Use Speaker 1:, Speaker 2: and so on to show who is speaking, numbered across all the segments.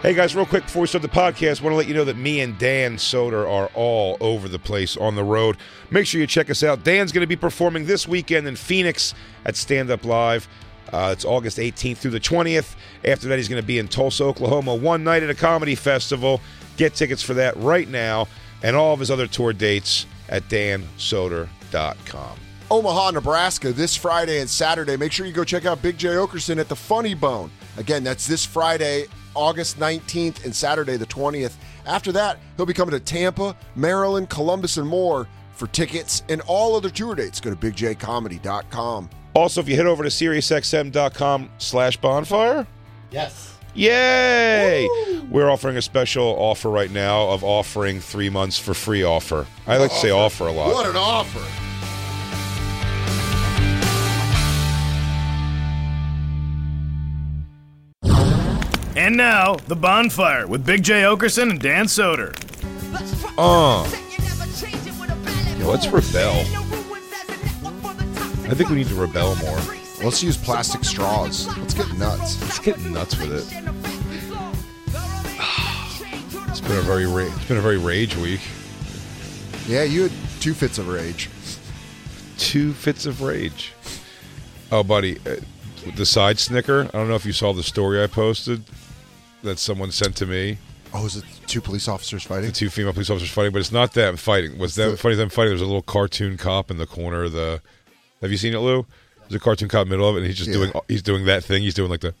Speaker 1: Hey guys, real quick before we start the podcast, want to let you know that me and Dan Soder are all over the place on the road. Make sure you check us out. Dan's going to be performing this weekend in Phoenix at Stand Up Live. Uh, it's August 18th through the 20th. After that, he's going to be in Tulsa, Oklahoma, one night at a comedy festival. Get tickets for that right now and all of his other tour dates at dansoder.com.
Speaker 2: Omaha, Nebraska this Friday and Saturday. Make sure you go check out Big J Okerson at the Funny Bone. Again, that's this Friday, August 19th and Saturday the 20th. After that, he'll be coming to Tampa, Maryland, Columbus, and more. For tickets and all other tour dates, go to bigjcomedy.com.
Speaker 1: Also, if you head over to SiriusXM.com slash bonfire. Yes. Yay! We're offering a special offer right now of offering three months for free offer. I like to say offer a lot.
Speaker 2: What an offer!
Speaker 3: And now, The Bonfire with Big J. Okerson and Dan Soder.
Speaker 1: Uh. Yeah, let's rebel. I think we need to rebel more.
Speaker 2: Let's use plastic straws. Let's get nuts.
Speaker 1: Let's get nuts with it. Ah, It's been a very ra- it's been a very rage week.
Speaker 2: Yeah, you had two fits of rage.
Speaker 1: Two fits of rage. Oh, buddy, uh, the side snicker. I don't know if you saw the story I posted that someone sent to me.
Speaker 2: Oh, is it two police officers fighting?
Speaker 1: the two female police officers fighting, but it's not them fighting. Was that funny? Them fighting. There's a little cartoon cop in the corner. Of the Have you seen it, Lou? There's a cartoon cop in the middle of it, and he's just
Speaker 2: Yeah.
Speaker 1: doing he's doing that thing. He's doing like the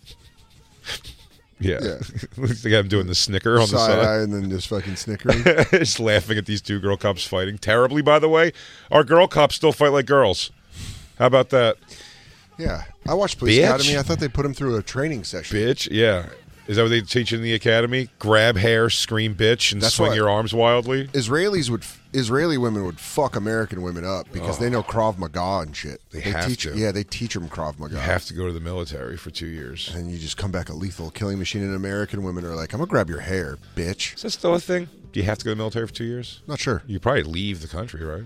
Speaker 1: yeah.
Speaker 2: Yeah.
Speaker 1: Looks like I'm doing the snicker on
Speaker 2: Side
Speaker 1: the
Speaker 2: eye
Speaker 1: side.
Speaker 2: and then just fucking snickering.
Speaker 1: just laughing at these two girl cops fighting terribly. By the way, our girl cops still fight like girls. How about that,
Speaker 2: yeah, I watched Police
Speaker 1: Bitch.
Speaker 2: Academy. I thought they put him through a training session.
Speaker 1: bitch? Yeah. Is that what they teach in the academy? Grab hair, scream bitch, and
Speaker 2: That's
Speaker 1: swing
Speaker 2: what-
Speaker 1: your arms wildly.
Speaker 2: Israelis would Israeli women would fuck American women up because they know Krav Maga and shit.
Speaker 1: Oh. They have
Speaker 2: teach,
Speaker 1: to.
Speaker 2: Yeah, they teach them Krav Maga.
Speaker 1: You have to go to the military for two years.
Speaker 2: and you just come back a lethal killing machine. And American women are like, "I'm gonna grab your hair, bitch."
Speaker 1: Is that still a thing? Do you have to go to the military for two years?
Speaker 2: Not sure.
Speaker 1: You probably leave the country, right?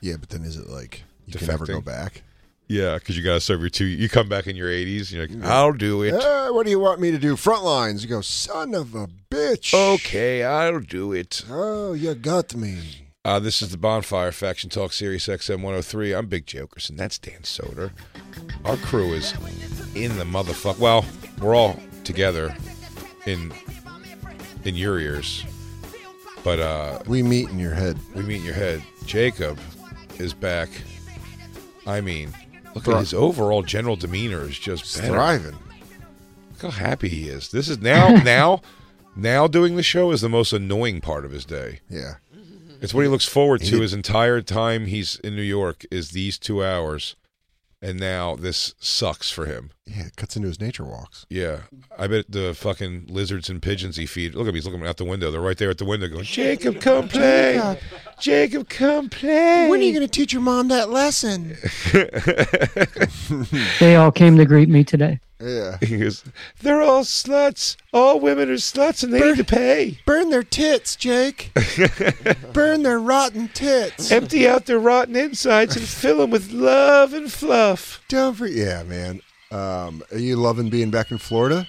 Speaker 2: Yeah, but then is it like you can never
Speaker 1: Defecting.
Speaker 2: go back?
Speaker 1: Yeah, because you got to serve your two. You come back in your 80s, and you're like, I'll do it.
Speaker 2: Eh, what do you want me to do? Front lines. You go, son of a bitch.
Speaker 1: Okay, I'll do it.
Speaker 2: Oh, you got me.
Speaker 1: Uh, this is the Bonfire Faction Talk Series XM 103. I'm Big Jokers, and that's Dan Soder. Our crew is in the motherfucker. Well, we're all together in in your ears, but uh,
Speaker 2: We meet in your head.
Speaker 1: we meet in your head. Jacob is back. I mean, look
Speaker 2: Thri-
Speaker 1: at his overall general demeanor is just better.
Speaker 2: Thriving.
Speaker 1: Look how happy he is. This is now now now doing the show is the most annoying part of his day.
Speaker 2: Yeah.
Speaker 1: It's what he looks forward to
Speaker 2: He-
Speaker 1: his entire time he's in New York is these two hours, and now this sucks for him.
Speaker 2: Yeah, it cuts into his nature walks.
Speaker 1: Yeah, I bet the fucking lizards and pigeons he feed. Look at me, he's looking out the window. They're right there at the window, going, "Jacob, come play. Jacob, come play."
Speaker 2: going to teach your mom that lesson?
Speaker 4: They all came to greet me today.
Speaker 2: Yeah.
Speaker 1: He goes, They're all sluts. All women are sluts and they need to pay.
Speaker 2: Burn their tits, Jake. Burn their rotten tits.
Speaker 1: Empty out their rotten insides and fill them with love and fluff.
Speaker 2: Don't for- yeah, man. Um, are you loving being back in Florida?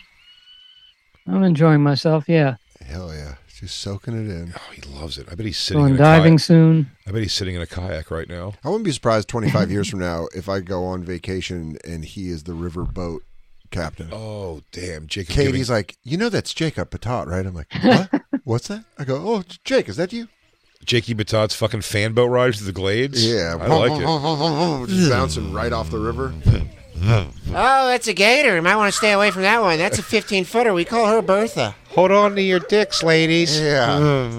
Speaker 4: I'm enjoying myself. Yeah,
Speaker 2: Hell yeah. Just soaking it in.
Speaker 1: Oh, he loves it. I bet he's sitting in
Speaker 4: going
Speaker 1: a
Speaker 4: diving
Speaker 1: kayak.
Speaker 4: soon.
Speaker 1: I bet he's sitting in a kayak right now.
Speaker 2: I wouldn't be surprised 25 years from now if I go on vacation and he is the riverboat captain.
Speaker 1: Oh, damn. Jacob
Speaker 2: Katie's like, you know that's Jacob Patat, right? I'm like, what? What's that? I go, oh, Jake, is that you?
Speaker 1: Jakey Batat's fucking fanboat ride to the Glades. I like it.
Speaker 2: Just bouncing right off the river.
Speaker 5: Oh, that's a gator. You might want to stay away from that one. That's a 15 footer. We call her Bertha.
Speaker 1: Hold on to your dicks, ladies.
Speaker 2: Yeah,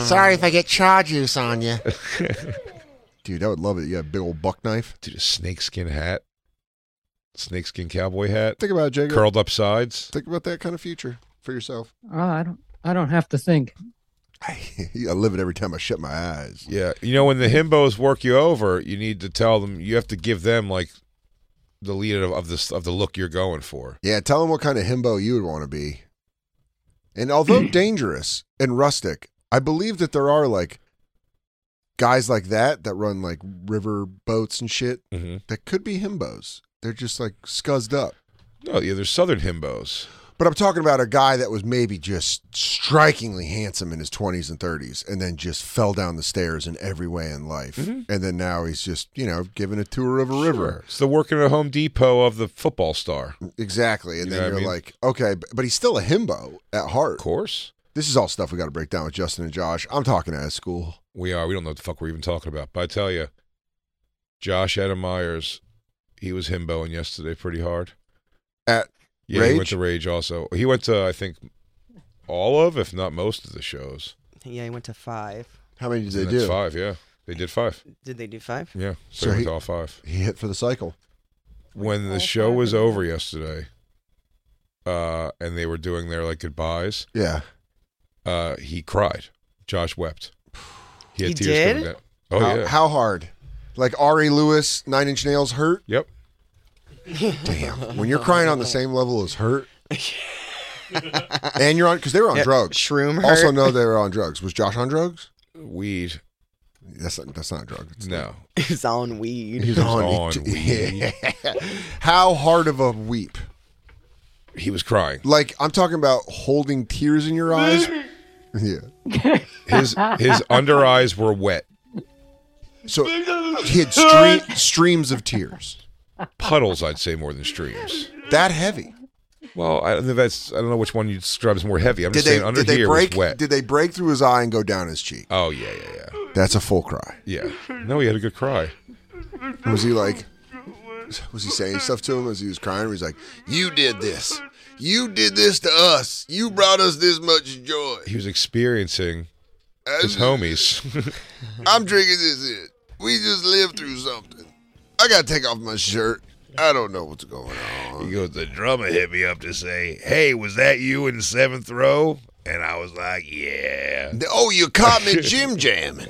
Speaker 5: Sorry if I get chaw juice on you.
Speaker 2: dude, I would love it. Yeah, big old buck knife.
Speaker 1: Dude, a snakeskin hat, snakeskin cowboy hat,
Speaker 2: Think about it, Jacob.
Speaker 1: curled up sides.
Speaker 2: Think about that kind of future for yourself.
Speaker 4: Oh, I don't. I don't have to think.
Speaker 2: I live it every time I shut my eyes.
Speaker 1: Yeah, you know when the himbos work you over, you need to tell them. You have to give them like the lead of, of this of the look you're going for.
Speaker 2: Yeah, tell him what kind of himbo you would want to be. And although dangerous and rustic, I believe that there are like guys like that that run like river boats and shit
Speaker 1: Mm-hmm.
Speaker 2: that could be himbos. They're just like scuzzed up.
Speaker 1: No, yeah, there's southern himbos.
Speaker 2: But I'm talking about a guy that was maybe just strikingly handsome in his 20s and 30s and then just fell down the stairs in every way in life.
Speaker 1: Mm-hmm.
Speaker 2: And then now he's just, you know, giving a tour of a river.
Speaker 1: It's the working at Home Depot of the football star.
Speaker 2: Exactly. And
Speaker 1: You know
Speaker 2: then
Speaker 1: what I
Speaker 2: you're
Speaker 1: mean?
Speaker 2: like, okay, b- but he's still a himbo at heart.
Speaker 1: Of course,
Speaker 2: This is all stuff we got to break down with Justin and Josh. I'm talking out of school.
Speaker 1: we are. We don't know what the fuck we're even talking about. But I tell you, Josh Adam Myers, he was himboing yesterday pretty hard.
Speaker 2: At
Speaker 1: Yeah, he went
Speaker 2: Rage?
Speaker 1: to Rage also. He went to I think all of, if not most of the shows.
Speaker 6: Yeah, he went to five.
Speaker 2: how many did
Speaker 1: And
Speaker 2: they
Speaker 1: that's
Speaker 2: do?
Speaker 1: Five, yeah, they did five.
Speaker 6: Did they do five?
Speaker 1: Yeah,
Speaker 2: So
Speaker 1: so, he went
Speaker 2: he-
Speaker 1: to all five.
Speaker 2: He hit for the cycle.
Speaker 1: when the show was over yesterday, uh, and they were doing their like goodbyes,
Speaker 2: Yeah.
Speaker 1: uh, he cried. Josh wept.
Speaker 6: He
Speaker 1: coming
Speaker 6: did?
Speaker 1: down. Oh
Speaker 2: how,
Speaker 1: yeah.
Speaker 2: how hard? Like Ari Lewis, Nine Inch Nails hurt.
Speaker 1: Yep.
Speaker 2: Damn. when you're crying on the same level as hurt, and you're on because they were on
Speaker 6: Yeah,
Speaker 2: drugs.
Speaker 6: Shroom hurt.
Speaker 2: Also, know they were on drugs. Was Josh on drugs?
Speaker 1: Weed.
Speaker 2: That's not, that's not a drug. It's-
Speaker 1: No.
Speaker 6: He's on weed.
Speaker 2: He's on.
Speaker 1: on weed.
Speaker 2: Yeah. How hard of a weep?
Speaker 1: He was crying.
Speaker 2: Like I'm talking about holding tears in your eyes. yeah.
Speaker 1: His his under eyes were wet.
Speaker 2: So he had stream, streams of tears.
Speaker 1: Puddles, I'd say, more than streams.
Speaker 2: That heavy.
Speaker 1: Well, I don't know. That's I don't know which one you describe as more heavy. I'm
Speaker 2: Did
Speaker 1: just
Speaker 2: they,
Speaker 1: saying under
Speaker 2: did they
Speaker 1: here
Speaker 2: break?
Speaker 1: was wet.
Speaker 2: Did they break through his eye and go down his cheek?
Speaker 1: oh yeah, yeah,
Speaker 2: That's a full cry.
Speaker 1: yeah, yeah. No, he had a good cry.
Speaker 2: Was he like? Was he saying stuff to him as he was crying? Or he's like, "You did this. You did this to us. You brought us this much joy.
Speaker 1: He was experiencing
Speaker 2: As-
Speaker 1: his homies.
Speaker 2: I'm drinking this in. We just lived through something. I gotta take off my shirt. I don't know what's going on.
Speaker 1: He goes, the drummer hit me up to say, "Hey, was that you in the seventh row?" And I was like, "Yeah."
Speaker 2: Oh, you caught me gym jamming.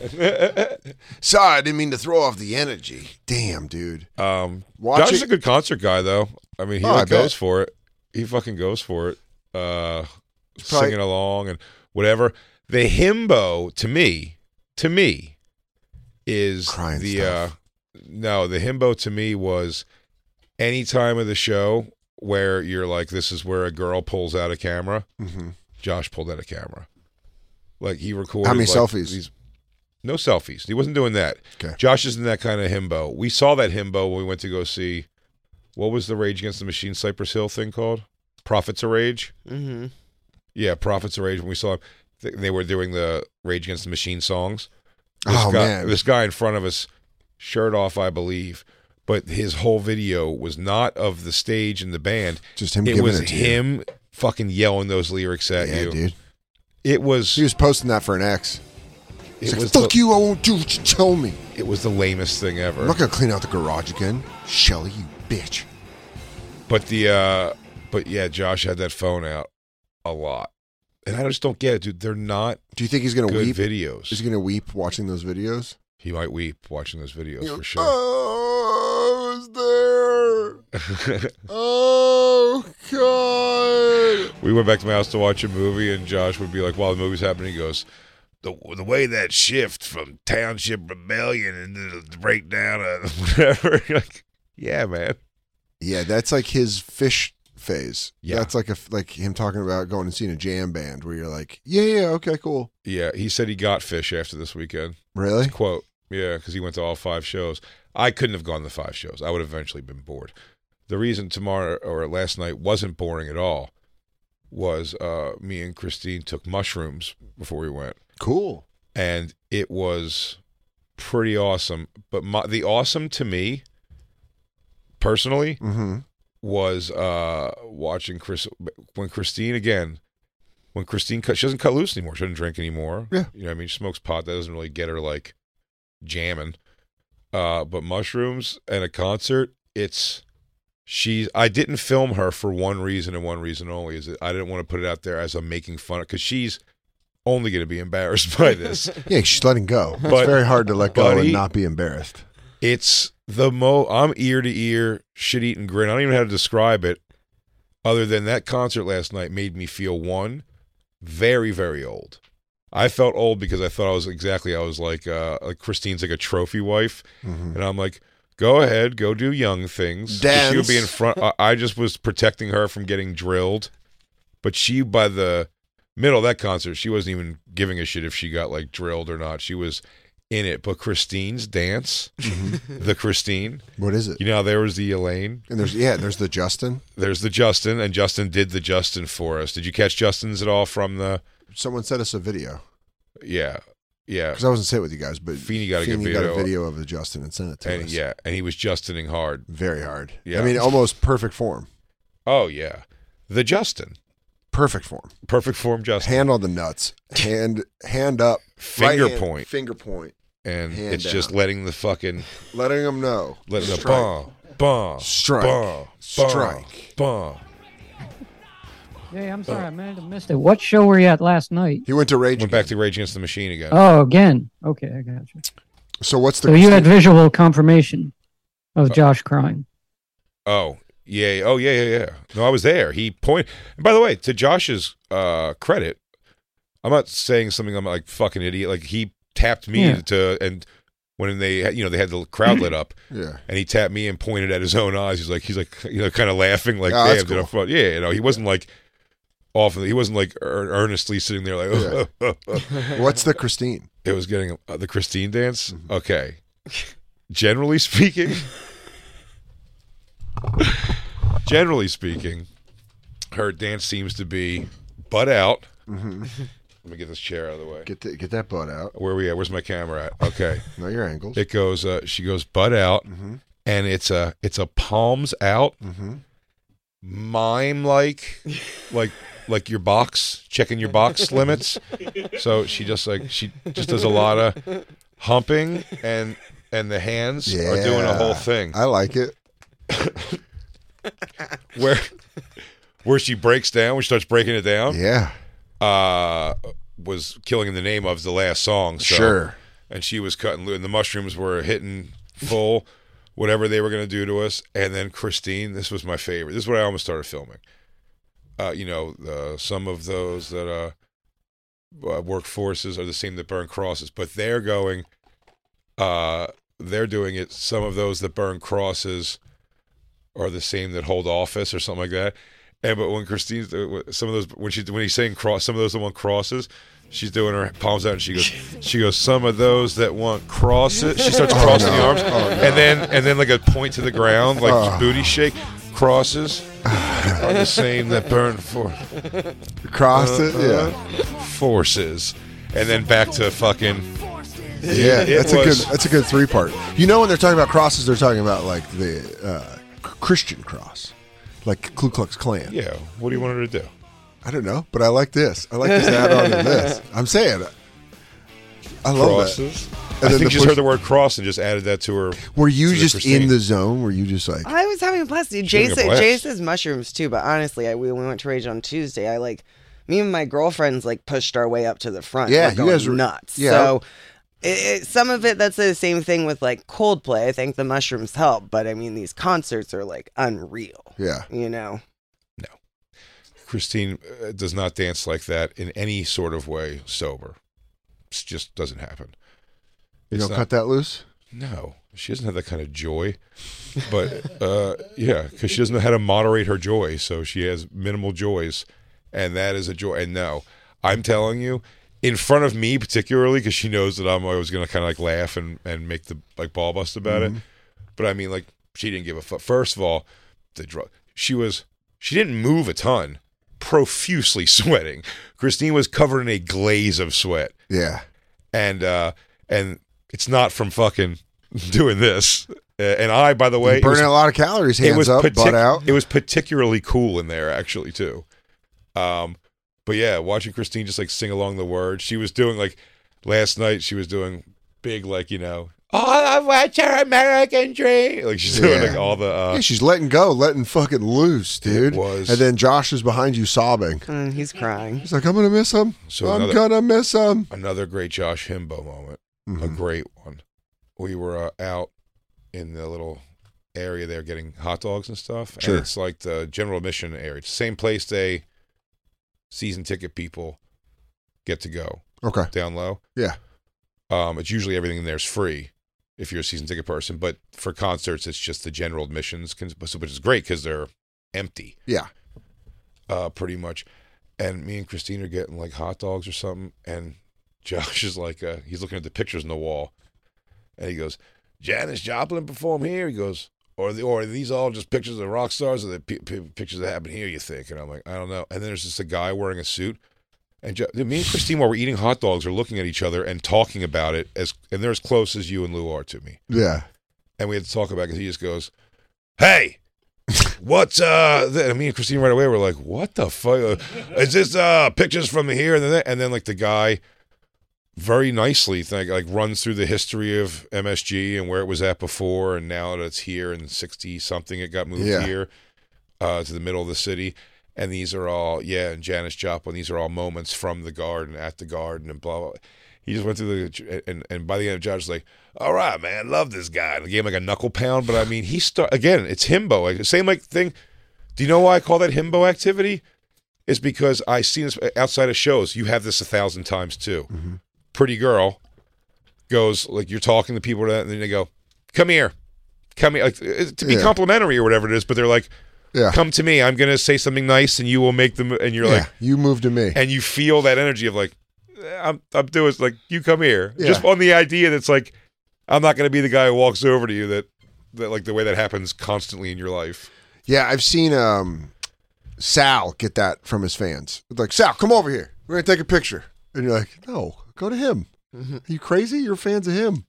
Speaker 2: Sorry, I didn't mean to throw off the energy. Damn, dude.
Speaker 1: Um,
Speaker 2: Watch
Speaker 1: Josh is
Speaker 2: it-
Speaker 1: a good concert guy, though. I mean, he
Speaker 2: Oh, I
Speaker 1: like, goes
Speaker 2: bet.
Speaker 1: for it. He fucking goes for it. Uh,
Speaker 2: probably-
Speaker 1: singing along and whatever. The himbo to me, to me, is
Speaker 2: Crying
Speaker 1: the
Speaker 2: stuff.
Speaker 1: uh, no. The himbo to me was any time of the show where you're like, this is where a girl pulls out a camera.
Speaker 2: Mm-hmm.
Speaker 1: Josh pulled out a camera. Like he recorded.
Speaker 2: How many
Speaker 1: like,
Speaker 2: selfies?
Speaker 1: these- no selfies. He wasn't doing that.
Speaker 2: Okay.
Speaker 1: Josh isn't that kind of himbo. We saw that himbo when we went to go see. What was the Rage Against the Machine Cypress Hill thing called? Prophets of Rage.
Speaker 6: Mm-hmm.
Speaker 1: Yeah, Prophets of Rage. When we saw him, th- they were doing the Rage Against the Machine songs. This
Speaker 2: Oh,
Speaker 1: guy,
Speaker 2: man.
Speaker 1: This guy in front of us, shirt off, I believe, but his whole video was not of the stage and the band.
Speaker 2: Just him
Speaker 1: It
Speaker 2: giving
Speaker 1: was
Speaker 2: it to you.
Speaker 1: him fucking yelling those lyrics at
Speaker 2: yeah,
Speaker 1: you.
Speaker 2: dude.
Speaker 1: It was.
Speaker 2: She was posting that for an ex. He's
Speaker 1: It
Speaker 2: like,
Speaker 1: was
Speaker 2: fuck
Speaker 1: the,
Speaker 2: you, I won't do what you tell me.
Speaker 1: It was the lamest thing
Speaker 2: I'm
Speaker 1: ever.
Speaker 2: not gonna clean out the garage again. Shelly, you bitch.
Speaker 1: But the uh but yeah, Josh had that phone out a lot. And I just don't get it, dude. They're not
Speaker 2: Do you think he's gonna
Speaker 1: good
Speaker 2: weep?
Speaker 1: videos.
Speaker 2: Is he gonna weep watching those videos?
Speaker 1: he might weep watching those videos
Speaker 2: You know,
Speaker 1: for sure.
Speaker 2: Oh, I was there. Oh God.
Speaker 1: we went back to my house to watch a movie and Josh would be like, while the movie's happening, he goes, the, the way that shift from township rebellion and the breakdown of whatever. You're like, yeah, man.
Speaker 2: Yeah, that's like his fish phase.
Speaker 1: Yeah.
Speaker 2: that's like a like him talking about going and seeing a jam band where you're like, yeah, yeah, okay, cool.
Speaker 1: Yeah, he said he got fish after this weekend.
Speaker 2: Really?
Speaker 1: quote yeah because he went to all five shows i couldn't have gone to the five shows i would have eventually been bored the reason tomorrow or last night wasn't boring at all was uh, me and Christine took mushrooms before we went,
Speaker 2: Cool.
Speaker 1: and it was pretty awesome. But my, the awesome to me, personally,
Speaker 2: Mm-hmm.
Speaker 1: was uh, watching Chris when Christine again. When Christine cut, she doesn't cut loose anymore. She doesn't drink anymore.
Speaker 2: Yeah.
Speaker 1: you know, what I mean, she smokes pot. That doesn't really get her like jamming. Uh, but mushrooms and a concert, it's she's. I didn't film her for one reason and one reason only is that I didn't want to put it out there as I'm making fun of because she's only going to be embarrassed by this.
Speaker 2: Yeah, she's letting go.
Speaker 1: But-
Speaker 2: it's very hard to let go
Speaker 1: buddy-
Speaker 2: and not be embarrassed.
Speaker 1: It's the mo. I'm ear to ear, shit eating grin. I don't even know how to describe it, other than that concert last night made me feel one, very very old. I felt old because I thought I was exactly. I was like, uh, like Christine's like a trophy wife, and I'm like, go ahead, go do young things. 'Cause She would be in
Speaker 2: Dance.
Speaker 1: front. I, I just was protecting her from getting drilled, but she by the middle of that concert, she wasn't even giving a shit if she got like drilled or not. She was in it. But Christine's dance, the Christine,
Speaker 2: What is it?
Speaker 1: you know, how there was the Elaine,
Speaker 2: And there's yeah, there's the Justin.
Speaker 1: there's the Justin, and Justin did the Justin for us. Did you catch Justin's at all from the?
Speaker 2: Someone sent us a video
Speaker 1: Yeah, yeah,
Speaker 2: because I wasn't sitting with you guys, but
Speaker 1: Feeney gotta get
Speaker 2: Feeney
Speaker 1: video.
Speaker 2: of the Justin and sent it to
Speaker 1: and
Speaker 2: us.
Speaker 1: yeah, and he was Justining hard.
Speaker 2: very hard.
Speaker 1: Yeah.
Speaker 2: I mean, almost perfect form.
Speaker 1: Oh yeah, the Justin,
Speaker 2: Perfect form.
Speaker 1: perfect form Justin,
Speaker 2: Hand on the nuts. Hand hand up.
Speaker 1: Finger
Speaker 2: hand-
Speaker 1: point.
Speaker 2: Finger point.
Speaker 1: and
Speaker 2: hand
Speaker 1: it's just
Speaker 2: down.
Speaker 1: letting the fucking
Speaker 2: Letting them know.
Speaker 1: letting the
Speaker 2: Strike.
Speaker 1: bomb, bomb,
Speaker 2: Strike.
Speaker 1: bomb,
Speaker 2: Strike.
Speaker 1: bomb.
Speaker 4: Jay, I'm sorry, I might have missed it. What show were you at last night?
Speaker 2: He went to rage.
Speaker 1: Went back to Rage Against the Machine again.
Speaker 4: Oh, again. Okay, I got you.
Speaker 2: So what's the?
Speaker 4: So you had visual confirmation
Speaker 2: Uh,
Speaker 4: of Josh crying.
Speaker 1: Oh, yeah. Oh, yeah, yeah, yeah. No, I was there. He point. And by the way, to Josh's uh, credit, I'm not saying something. I'm like fucking idiot. Like he tapped me
Speaker 4: Yeah.
Speaker 1: to and when they you know they had the crowd lit up
Speaker 2: yeah.
Speaker 1: and he tapped me and pointed at his own eyes. He's like he's like you know kind of laughing like
Speaker 2: Oh,
Speaker 1: damn
Speaker 2: that's
Speaker 1: did I
Speaker 2: cool.
Speaker 1: fuck-" yeah you know he wasn't like off he wasn't like ear- earnestly sitting there like
Speaker 2: What's the Christine?
Speaker 1: it was getting uh, the Christine dance. Okay. generally speaking, generally speaking, her dance seems to be butt out. Let me get this chair out of the way.
Speaker 2: Get the, get that butt out.
Speaker 1: Where we at? Where's my camera at? Okay.
Speaker 2: Know your angles.
Speaker 1: It goes. Uh, she goes butt out,
Speaker 2: Mm-hmm.
Speaker 1: and it's a it's a palms out, mime like, like like your box checking your box limits. So she just like she just does a lot of humping and and the hands are doing a whole thing
Speaker 2: I like it.
Speaker 1: where where she breaks down when she starts breaking it down.
Speaker 2: Yeah.
Speaker 1: Uh, was killing in the name of the last song. So.
Speaker 2: Sure.
Speaker 1: and she was cutting loose, and the mushrooms were hitting full, whatever they were going to do to us. And then Christine, this was my favorite. This is what I almost started filming. Uh, you know, uh, some of those that uh, uh, work forces are the same that burn crosses, but they're going, uh, they're doing it. Some of those that burn crosses are the same that hold office or something like that. And but when Christine's some of those when she when he's saying cross some of those that want crosses, she's doing her palms out and she goes she goes some of those that want crosses. She starts crossing the arms and then and then like a point to the ground like booty shake crosses are the same that burn for
Speaker 2: Cross it.
Speaker 1: uh-huh. forces and then back to fucking
Speaker 2: Yeah. Yeah.
Speaker 1: it
Speaker 2: that's
Speaker 1: was-
Speaker 2: a good. That's a good three part. You know when they're talking about crosses, they're talking about like the uh, C- Christian cross, like Ku Klux Klan.
Speaker 1: yeah. What do you want her to do?
Speaker 2: I don't know, but I like this. I like this add on to this. I'm saying. I love that.
Speaker 1: Crosses.
Speaker 2: And
Speaker 1: I
Speaker 2: then
Speaker 1: think
Speaker 2: the
Speaker 1: she just
Speaker 2: push-
Speaker 1: heard the word cross and just added that to her.
Speaker 2: Were you
Speaker 1: to the
Speaker 2: just
Speaker 1: Christine.
Speaker 2: in the zone? Were you just like,
Speaker 6: I was having a blast. Dude,
Speaker 1: She
Speaker 6: Jay
Speaker 1: was
Speaker 6: said,
Speaker 1: having a
Speaker 6: Jay
Speaker 1: blast.
Speaker 6: says mushrooms too, but honestly, I we, we went to Rage on Tuesday. I like me and my girlfriends like pushed our way up to the front.
Speaker 2: Yeah,
Speaker 6: We're
Speaker 2: you
Speaker 6: going
Speaker 2: guys were-
Speaker 6: nuts.
Speaker 2: yeah.
Speaker 6: So it, it, some of it that's the same thing with like Coldplay. I think the mushrooms help, but I mean these concerts are like unreal.
Speaker 2: yeah?
Speaker 6: You know,
Speaker 1: Christine uh, does not dance like that in any sort of way sober. It just doesn't happen.
Speaker 2: You
Speaker 1: It's
Speaker 2: don't
Speaker 1: not-
Speaker 2: cut that loose.
Speaker 1: No, she doesn't have that kind of joy. But uh, yeah, because she doesn't know how to moderate her joy, so she has minimal joys, and that is a joy. And no, I'm telling you, in front of me particularly, because she knows that I'm always going to kind of like laugh and and make the like ball bust about it. But I mean, like she didn't give a fuck. First of all, the drug. She was she didn't move a ton, profusely sweating. Christine was covered in a glaze of sweat,
Speaker 2: Yeah.
Speaker 1: and uh and it's not from fucking doing this. Uh, and I, by the way, it was-
Speaker 2: burning a lot of calories, hands up,
Speaker 1: partic-
Speaker 2: butt out.
Speaker 1: It was particularly cool in there, actually, too. Um, but yeah, watching Christine just like sing along the words, she was doing like last night. She was doing big, like you know, all of what's your American dream. Like she's doing
Speaker 2: Yeah.
Speaker 1: like all the uh,
Speaker 2: yeah, she's letting go, letting fucking loose, dude.
Speaker 1: was.
Speaker 2: And then Josh is behind you sobbing.
Speaker 6: Mm, he's crying.
Speaker 2: He's like, I'm gonna miss him.
Speaker 1: So
Speaker 2: I'm
Speaker 1: another-
Speaker 2: gonna miss him.
Speaker 1: another great Josh Himbo moment, a
Speaker 2: Mhm.
Speaker 1: great one. We were uh, out in the little area there getting hot dogs and stuff,
Speaker 2: Sure.
Speaker 1: and it's like the general admission area. It's the same place they season ticket people get to go
Speaker 2: Okay.
Speaker 1: down low.
Speaker 2: Yeah.
Speaker 1: Um, it's usually everything in there is free if you're a season ticket person, but for concerts, it's just the general admissions, cons- which is great because they're empty,
Speaker 2: Yeah.
Speaker 1: uh, pretty much. And me and Christine are getting like hot dogs or something, and Josh is like, uh, he's looking at the pictures on the wall, and he goes, "Janis Joplin perform here?" He goes, "Or the, or are these all just pictures of rock stars, or the p- p- pictures that happen here?" You think? And I'm like, I don't know. And then there's just a guy wearing a suit. And Jo- me and Christine, while we're eating hot dogs, are looking at each other and talking about it as, and they're as close as you and Lou are to me.
Speaker 2: Yeah.
Speaker 1: And we had to talk about it because he just goes, "Hey, what's uh?" th-" And me and Christine right away were like, "What the fuck is this? Uh, pictures from here and then that?" and then like the guy, very nicely like like runs through the history of MSG and where it was at before and now that it's here in sixty something it got moved
Speaker 2: Yeah.
Speaker 1: here uh, to the middle of the city. And these are all, yeah, and Janis Joplin, these are all moments from the garden, at the garden, and blah, blah. He just went through the, and, and by the end, Josh was like, all right, man, love this guy. And he gave him like a knuckle pound. But I mean, he start again, it's himbo. Like, same like thing. Do you know why I call that himbo activity? It's because I see this outside of shows. You have this a thousand times too. Pretty girl goes, like, you're talking to people, and then they go, come here, come here. Like, to be
Speaker 2: Yeah.
Speaker 1: complimentary or whatever it is, but they're like,
Speaker 2: Yeah.
Speaker 1: come to me. I'm gonna say something nice, and you will make them. And you're
Speaker 2: yeah.
Speaker 1: like,
Speaker 2: you move to me.
Speaker 1: and you feel that energy of like, eh, I'm, I'm doing like you come here,
Speaker 2: Yeah.
Speaker 1: just on the idea that's like, I'm not gonna be the guy who walks over to you. That, that like the way that happens constantly in your life.
Speaker 2: Yeah, I've seen um, Sal get that from his fans. Like, Sal, come over here. We're gonna take a picture. And you're like, no, go to him.
Speaker 1: Mm-hmm.
Speaker 2: Are you crazy? You're fans of him.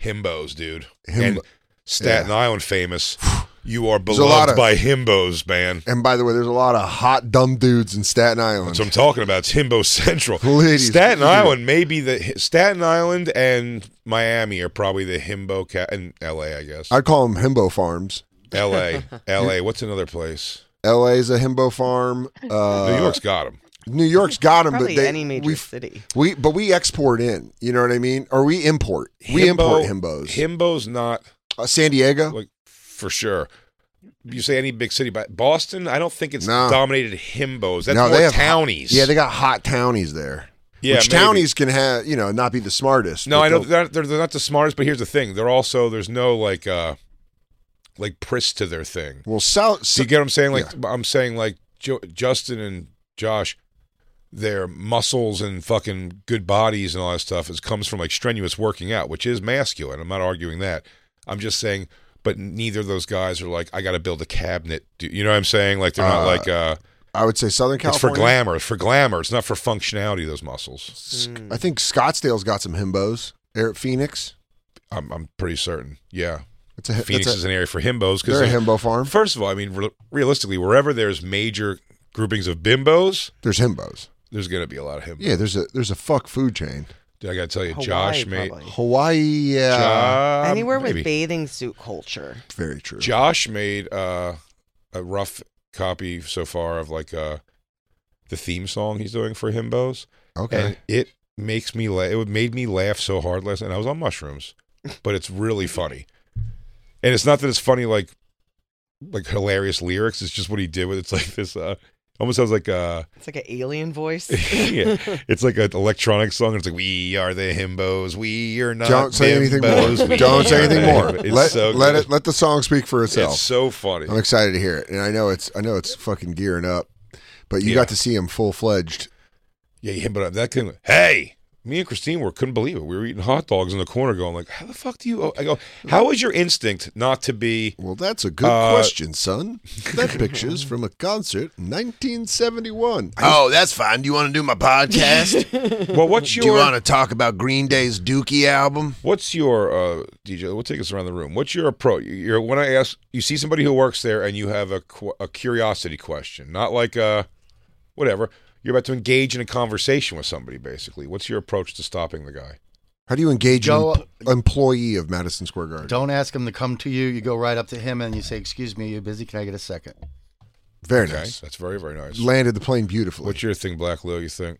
Speaker 1: Himbos, dude,
Speaker 2: Himbo-
Speaker 1: and Staten Island famous. You are
Speaker 2: There's a lot
Speaker 1: beloved
Speaker 2: of-
Speaker 1: by himbos, man.
Speaker 2: And by the way, there's a lot of hot dumb dudes in Staten Island.
Speaker 1: That's what I'm talking about. It's Himbo Central.
Speaker 2: Ladies,
Speaker 1: Staten
Speaker 2: ladies.
Speaker 1: Island, maybe the Staten Island and Miami are probably the Himbo cat and LA, I guess.
Speaker 2: I'd call them himbo farms.
Speaker 1: L.A. L.A. What's another place?
Speaker 2: LA's a himbo farm. Uh,
Speaker 1: New York's got them.
Speaker 2: New York's got them,
Speaker 6: Probably
Speaker 2: but they,
Speaker 6: any major
Speaker 2: we,
Speaker 6: city.
Speaker 2: we but we export in. You know what I mean? Or we import. we import himbos.
Speaker 1: Himbo's not
Speaker 2: Uh, San Diego.
Speaker 1: like for sure. You say any big city, but Boston, I don't think it's
Speaker 2: No.
Speaker 1: dominated himbos. That's
Speaker 2: no,
Speaker 1: more
Speaker 2: they have
Speaker 1: townies.
Speaker 2: Yeah, they got hot townies there.
Speaker 1: Yeah,
Speaker 2: which
Speaker 1: maybe.
Speaker 2: townies can have you know not be the smartest.
Speaker 1: No,
Speaker 2: but
Speaker 1: I know
Speaker 2: they'll-
Speaker 1: they're not, they're, they're not the smartest, but here's the thing: they're also there's no like uh like priss to their thing.
Speaker 2: Well, South.
Speaker 1: Do you get what I'm saying? Like I'm saying, like jo- Justin and Josh, their muscles and fucking good bodies and all that stuff is comes from like strenuous working out, which is masculine. I'm not arguing that. I'm just saying, but neither of those guys are like I got to build a cabinet. Do- You know what I'm saying? Like they're not
Speaker 2: Uh,
Speaker 1: like uh,
Speaker 2: I would say Southern
Speaker 1: it's for
Speaker 2: California.
Speaker 1: glamour. It's for glamour. It's not for functionality. Those muscles.
Speaker 2: I think Scottsdale's got some himbos. There at Phoenix,
Speaker 1: I'm I'm pretty certain. Yeah,
Speaker 2: it's a
Speaker 1: Phoenix
Speaker 2: it's a,
Speaker 1: is an area for himbos
Speaker 2: they're a
Speaker 1: because
Speaker 2: himbo farm.
Speaker 1: first of all, I mean, re- realistically, wherever there's major groupings of bimbos,
Speaker 2: There's himbos.
Speaker 1: there's gonna be a lot of himbos.
Speaker 2: Yeah, there's a there's a fuck food chain.
Speaker 1: Dude, I gotta tell you,
Speaker 6: Hawaii,
Speaker 1: Josh made
Speaker 6: probably.
Speaker 2: Hawaii, yeah,
Speaker 1: Josh,
Speaker 6: Anywhere
Speaker 1: maybe.
Speaker 6: with bathing suit culture.
Speaker 2: very true.
Speaker 1: Josh made uh, a rough copy so far of like uh, the theme song he's doing for Himbos,
Speaker 2: okay,
Speaker 1: and it makes me laugh. It made me laugh so hard last night. I was on mushrooms, but it's really funny, and it's not that it's funny like like hilarious lyrics. It's just what he did with it. it's like this. Uh, almost sounds like uh
Speaker 6: It's like an alien voice.
Speaker 1: yeah, it's like an electronic song. It's like we are the himbos. We are not.
Speaker 2: Don't say anything
Speaker 1: bimbos,
Speaker 2: more.
Speaker 1: we
Speaker 2: Don't say
Speaker 1: are the
Speaker 2: anything more.
Speaker 1: himbos." It's
Speaker 2: Let,
Speaker 1: so
Speaker 2: let
Speaker 1: good.
Speaker 2: it let the song speak for itself.
Speaker 1: It's so funny.
Speaker 2: I'm excited to hear it, and I know it's I know it's fucking gearing up, but you
Speaker 1: Yeah.
Speaker 2: got to see him full fledged.
Speaker 1: Yeah, yeah, but that can. Hey, me and Christine were couldn't believe it. We were eating hot dogs in the corner, going like, "How the fuck do you?" Oh, I go, "How is your instinct not to be?"
Speaker 7: Well, that's a good
Speaker 1: Uh,
Speaker 7: question, son. That picture's from a concert in 1971.
Speaker 8: Oh, that's fine. Do you want to do my podcast?
Speaker 1: Well, what's
Speaker 8: do
Speaker 1: your
Speaker 8: you want to talk about Green Day's Dookie album?
Speaker 1: What's your uh, DJ? We'll take us around the room. What's your approach? You're, when I ask, you see somebody who works there, and you have a, qu- a curiosity question, not like a whatever. You're about to engage in a conversation with somebody. Basically, what's your approach to stopping the guy?
Speaker 2: How do you engage
Speaker 9: Go-
Speaker 2: an em- employee of Madison Square Garden?
Speaker 9: Don't ask him to come to you. You go right up to him and you say, "Excuse me, you're busy. Can I get a second?
Speaker 2: Very
Speaker 1: Okay,
Speaker 2: nice.
Speaker 1: That's very very nice.
Speaker 2: Landed the plane beautifully.
Speaker 1: What's your thing, Black Lil? You think?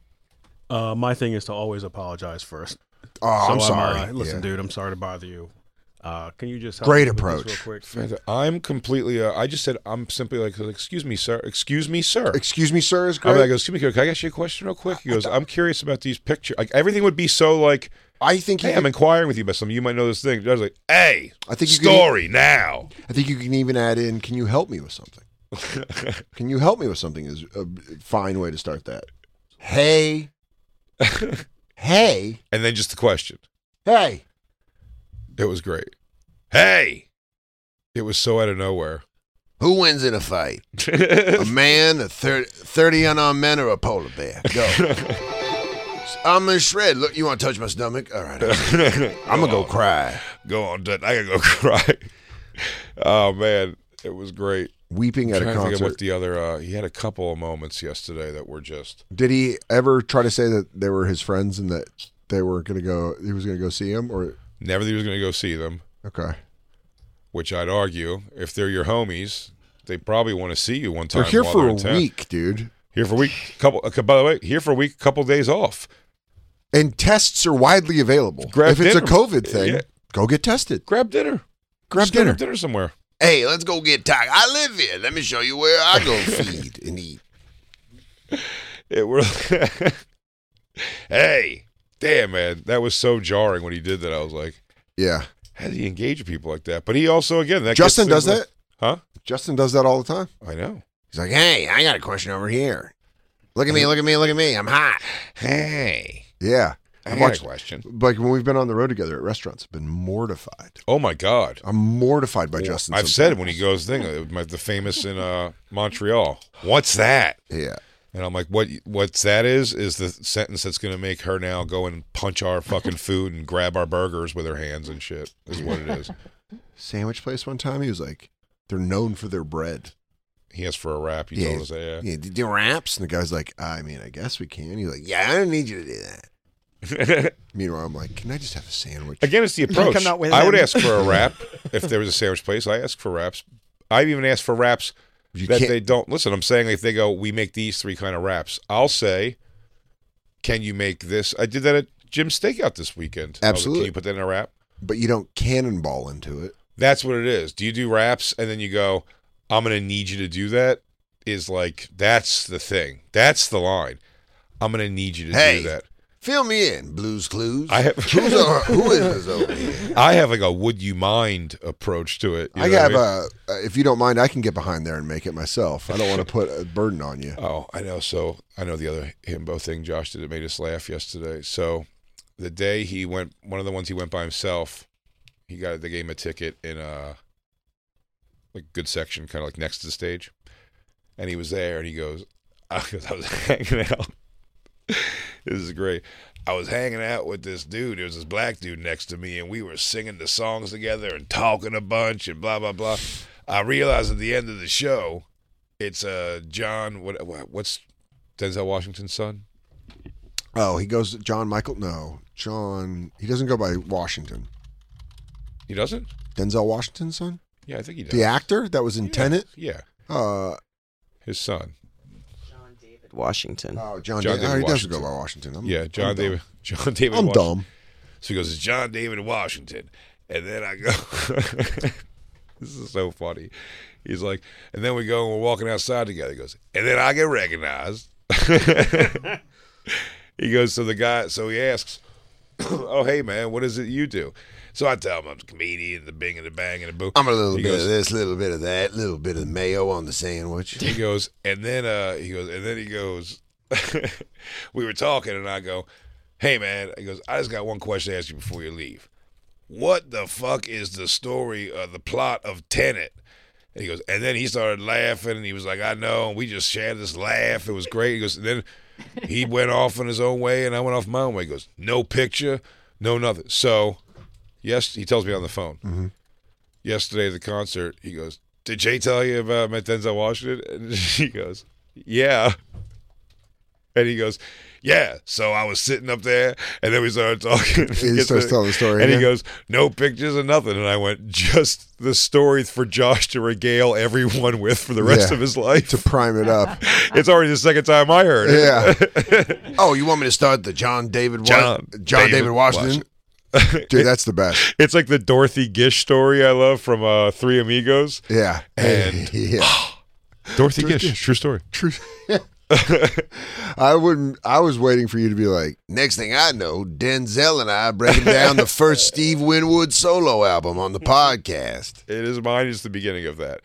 Speaker 10: Uh, my thing is to always apologize first.
Speaker 2: Oh, I'm
Speaker 10: uh,
Speaker 2: sorry.
Speaker 10: listen,
Speaker 2: Yeah.
Speaker 10: dude, I'm sorry to bother you. Uh, can you just help
Speaker 2: Great
Speaker 10: me with this
Speaker 2: approach.
Speaker 10: real quick?
Speaker 1: Fanta- I'm completely. Uh, I just said I'm simply like, excuse me, sir. Excuse me, sir.
Speaker 2: Excuse me, sir. Is
Speaker 1: I'm
Speaker 2: great.
Speaker 1: like, excuse me, can I ask you a question real quick? He goes, I'm curious about these pictures. Like everything would be so like.
Speaker 2: I think.
Speaker 1: Hey,
Speaker 2: you
Speaker 1: I'm
Speaker 2: could-
Speaker 1: inquiring with you about something. You might know this thing. I was like, hey,
Speaker 2: I think you could-
Speaker 1: story now.
Speaker 2: I think you can even add in. Can you help me with something? can you help me with something? Is a fine way to start that. Hey, hey,
Speaker 1: And then just the question.
Speaker 2: hey.
Speaker 1: It was great. Hey, it was so out of nowhere.
Speaker 8: Who wins in a fight? a man, a thir- 30 unarmed men, or a polar bear? Go. I'm gonna shred. Look, you want to touch my stomach? All right. I'm gonna go cry.
Speaker 1: Go on, Dutton. I gotta go cry. oh man, it was great.
Speaker 2: Weeping at a
Speaker 1: Trying to think of
Speaker 2: concert.
Speaker 1: what the other. Uh, he had a couple of moments yesterday that were just.
Speaker 2: Did he ever try to say that they were his friends and that they were going to go? He was going to go see him, or
Speaker 1: Never that he was going to go see them,
Speaker 2: okay,
Speaker 1: which I'd argue, if they're your homies, they probably want to see you one time.
Speaker 2: they're here
Speaker 1: while
Speaker 2: for
Speaker 1: they're
Speaker 2: a
Speaker 1: in town.
Speaker 2: week, dude.
Speaker 1: Here for a week. Couple. uh, By the way, here for a week. Couple days off.
Speaker 2: And tests are widely available.
Speaker 1: Grab
Speaker 2: if it's a
Speaker 1: dinner.
Speaker 2: COVID thing,
Speaker 1: Yeah.
Speaker 2: go get tested.
Speaker 1: Grab dinner.
Speaker 2: Grab
Speaker 1: Just go
Speaker 2: dinner.
Speaker 1: to dinner somewhere.
Speaker 8: Hey, let's go get taco. I live here. Let me show you where I go feed and eat.
Speaker 1: It were. hey, damn man, that was so jarring when he did that. I was like,
Speaker 2: Yeah,
Speaker 1: how do you engage people like that? But he also again that
Speaker 2: Justin does
Speaker 1: gets things
Speaker 2: that.
Speaker 1: like- huh?
Speaker 2: Justin does that all the time.
Speaker 1: I know.
Speaker 8: He's like, hey, I got a question over here. Look at me, look at me, look at me. I'm hot.
Speaker 1: Hey,
Speaker 2: Yeah,
Speaker 1: I
Speaker 2: I've
Speaker 1: got a
Speaker 2: watched-
Speaker 1: question.
Speaker 2: Like when we've been on the road together at restaurants, I've been mortified.
Speaker 1: Oh my god.
Speaker 2: I'm mortified by Justin.
Speaker 1: I've said it when he goes thing uh, my- the famous in uh, Montreal. What's that?
Speaker 2: Yeah.
Speaker 1: And I'm like, what? What's that is is the sentence that's going to make her now go and punch our fucking food and grab our burgers with her hands and shit is what it is.
Speaker 2: Sandwich place one time, he was like, "They're known for their bread."
Speaker 1: He asked for a wrap. You told us that. Yeah.
Speaker 2: yeah. Do wraps? And the guy's like, "Uh, "I mean, I guess we can." He's like,
Speaker 8: Yeah, I don't need you to do that.
Speaker 2: Meanwhile, I'm like, "Can I just have a sandwich?"
Speaker 1: Again, it's the
Speaker 2: Like, I'm
Speaker 1: approach.
Speaker 2: not with
Speaker 1: I would
Speaker 2: him.
Speaker 1: ask for a wrap if there was a sandwich place. I ask for wraps. I've even asked for wraps
Speaker 2: You
Speaker 1: that
Speaker 2: can't-
Speaker 1: they don't. Listen, I'm saying if they go, we make these three kind of wraps. I'll say, can you make this? I did that at Jim's Steakout this weekend. I was like,
Speaker 2: Absolutely.
Speaker 1: can you put that in a wrap?
Speaker 2: but you don't cannonball into it.
Speaker 1: That's what it is. Do you do wraps and then you go, I'm going to need you to do that? Is like, that's the thing. That's the line. I'm going to need you to
Speaker 8: Hey.
Speaker 1: do that.
Speaker 8: Fill me in, Blues Clues.
Speaker 1: I have-
Speaker 8: Who's over, who is this over here?
Speaker 1: I have like a would you mind approach to it. You
Speaker 2: I
Speaker 1: know what
Speaker 2: have
Speaker 1: mean?
Speaker 2: a. If you don't mind, I can get behind there and make it myself. I don't want to put a burden on you.
Speaker 1: Oh, I know. So I know the other himbo thing Josh did. It made us laugh yesterday. So the day he went, one of the ones he went by himself, he got they gave him a ticket in a like good section, kind of like next to the stage, and he was there, and he goes, I, I was hanging out. this is great. I was hanging out with this dude. There was this black dude next to me, and we were singing the songs together and talking a bunch and blah blah blah. I realized at the end of the show, it's uh John. What what- what's Denzel Washington's son?
Speaker 2: Oh, he goes John Michael. No, John. He doesn't go by Washington.
Speaker 1: He doesn't.
Speaker 2: Denzel Washington's son,
Speaker 1: Yeah, I think he does.
Speaker 2: the actor that was in
Speaker 1: Yeah,
Speaker 2: Tenet.
Speaker 1: Yeah,
Speaker 2: Uh,
Speaker 1: his son.
Speaker 6: Washington.
Speaker 1: Uh,
Speaker 2: oh, John.
Speaker 1: John
Speaker 2: Da-
Speaker 1: David
Speaker 2: oh, he doesn't go
Speaker 1: Washington.
Speaker 2: by Washington. I'm-
Speaker 1: yeah, John
Speaker 2: I'm dumb.
Speaker 1: David. John David.
Speaker 2: I'm
Speaker 1: Washington.
Speaker 2: dumb.
Speaker 1: So he goes, it's John David Washington. And then I go, this is so funny. He's like, and then we go and we're walking outside together. He goes, and then I get recognized. he goes, so the guy, so he asks, oh, hey, man, what is it you do? So I tell him I'm a comedian, the bing and the bang and the boo.
Speaker 8: I'm a little
Speaker 1: He
Speaker 8: bit
Speaker 1: goes-
Speaker 8: of this, little bit of that, little bit of mayo on the sandwich.
Speaker 1: He goes, and then uh, he goes, and then he goes. we were talking, and I go, "Hey, man," he goes, "I just got one question to ask you before you leave. What the fuck is the story of the plot of Tenet?" And he goes, and then he started laughing, and he was like, "I know." And we just shared this laugh. It was great. He goes, and then he went off in his own way, and I went off my own way. He goes, "No picture, no nothing." So, yes, he tells me on the phone.
Speaker 2: Mm-hmm.
Speaker 1: Yesterday at the concert, he goes, "Did Jay tell you about Denzel Washington?" And she goes, "Yeah." And he goes, Yeah. So I was sitting up there and then we started talking.
Speaker 2: He starts telling the story
Speaker 1: And he
Speaker 2: again.
Speaker 1: goes, No pictures or nothing. And I went, Just the story for Josh to regale everyone with for the rest
Speaker 2: Yeah.
Speaker 1: of his life.
Speaker 2: To prime it up.
Speaker 1: it's already the second time I heard it.
Speaker 8: Yeah. oh, you want me to start the John David Wa-
Speaker 1: John
Speaker 8: John David,
Speaker 1: David
Speaker 8: Washington?
Speaker 2: Dude, that's the best.
Speaker 1: It's like the Dorothy Gish story I love from uh, Three Amigos.
Speaker 2: Yeah.
Speaker 1: And Dorothy Gish, true story.
Speaker 2: True. I wouldn't. I was waiting for you to be like,
Speaker 8: Next thing I know, Denzel and I breaking down the first Steve Winwood solo album on the podcast.
Speaker 1: It is mine is the beginning of that.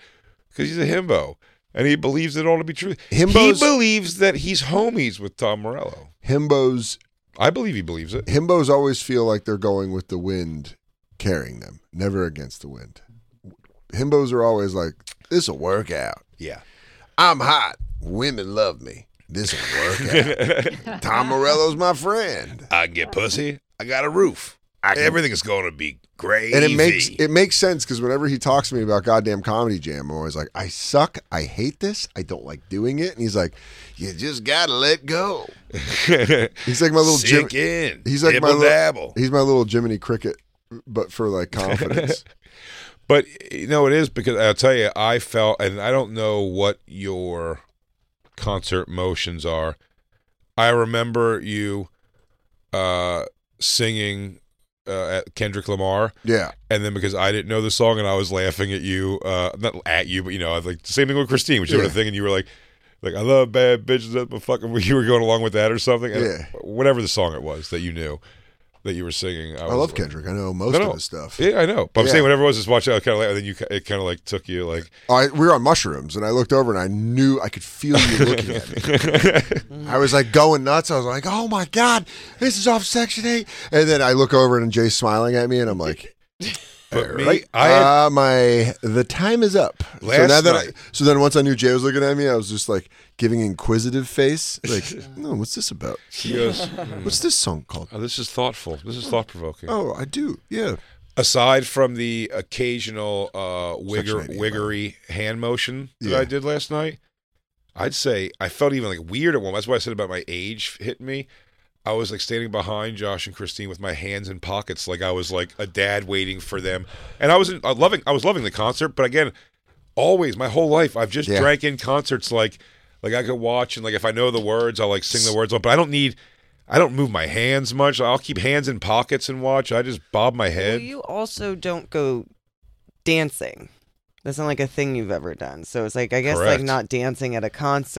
Speaker 1: Because he's a himbo. And he believes it all to be true.
Speaker 2: Himbos-
Speaker 1: he believes that he's homies with Tom Morello.
Speaker 2: himbos.
Speaker 1: I believe he believes it.
Speaker 2: Himbos always feel like they're going with the wind carrying them, never against the wind. Himbos are always like,
Speaker 8: This will work out.
Speaker 1: Yeah.
Speaker 8: I'm hot. Women love me. This will work out. Tom Morello's my friend.
Speaker 1: I get pussy. I got a roof.
Speaker 8: I can-
Speaker 1: Everything's going to be great.
Speaker 2: and it makes it makes sense because whenever he talks to me about goddamn comedy jam, I'm always like, I suck. I hate this. I don't like doing it. And he's like,
Speaker 8: You just gotta let go.
Speaker 2: He's like my little Jim-
Speaker 1: Sink in.
Speaker 2: He's like my
Speaker 1: Dibble
Speaker 2: little,
Speaker 1: dabble.
Speaker 2: He's my little Jiminy Cricket, but for like confidence.
Speaker 1: But you know it is because I'll tell you I felt and I don't know what your concert motions are. I remember you uh singing uh, at Kendrick Lamar.
Speaker 2: Yeah.
Speaker 1: And then because I didn't know the song and I was laughing at you, uh not at you, but you know, I was like same thing with Christine, which is
Speaker 2: Yeah.
Speaker 1: the thing and you were like like I love bad bitches that but fucking you were going along with that or something. And
Speaker 2: Yeah.
Speaker 1: Whatever the song it was that you knew that you were singing.
Speaker 2: I
Speaker 1: was
Speaker 2: love
Speaker 1: like-
Speaker 2: Kendrick. I know most
Speaker 1: No, no.
Speaker 2: of his stuff.
Speaker 1: Yeah, I know. But I'm
Speaker 2: Yeah.
Speaker 1: saying whatever it was, just watch it. Kind of like, and then you, ki- it kind of like took you like.
Speaker 2: I, we were on mushrooms, and I looked over, and I knew I could feel you looking at me. I was like going nuts. I was like, "Oh my god, this is off Section 8. And then I look over, and Jay's smiling at me, and I'm like,
Speaker 1: But me,
Speaker 2: "Right,
Speaker 1: I had-
Speaker 2: uh, my the time is up." so
Speaker 1: Last
Speaker 2: now that I,
Speaker 1: night-
Speaker 2: so then once I knew Jay was looking at me, I was just like giving inquisitive face, like, "No, what's this about?
Speaker 1: He goes, "Hmm."
Speaker 2: what's this song called?"
Speaker 1: Oh, this is thoughtful. This is thought provoking.
Speaker 2: Oh, I do. Yeah.
Speaker 1: Aside from the occasional uh, wigger,
Speaker 2: Section 88,
Speaker 1: wiggery hand motion that
Speaker 2: Yeah.
Speaker 1: I did last night, I'd say I felt even like weird at one. That's why I said about my age hitting me. I was like standing behind Josh and Christine with my hands in pockets, like I was like a dad waiting for them. And I was in, I loving, I was loving the concert, but again, always my whole life I've just
Speaker 2: Yeah.
Speaker 1: drank in concerts. Like, like I could watch and like if I know the words, I'll like sing the words, but I don't need. I don't move my hands much. I'll keep hands in pockets and watch. I just bob my
Speaker 6: Well,
Speaker 1: head.
Speaker 6: you also don't go dancing. That's not like a thing you've ever done. So it's like I guess
Speaker 11: Correct.
Speaker 6: like not dancing at a concert.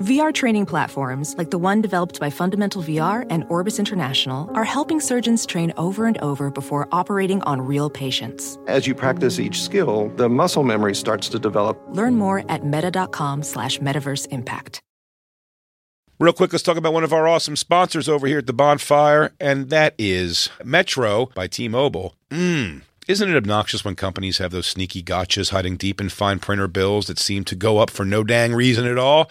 Speaker 12: VR training platforms like the one developed by Fundamental VR and Orbis International are helping surgeons train over and over before operating on real patients.
Speaker 13: As you practice each skill, the muscle memory starts to develop.
Speaker 12: Learn more at meta.com slash metaverse impact.
Speaker 1: Real quick, let's talk about one of our awesome sponsors over here at the bonfire, and that is Metro by T Mobile. Mmm. Isn't it obnoxious when companies have those sneaky gotchas hiding deep in fine printer bills that seem to go up for no dang reason at all?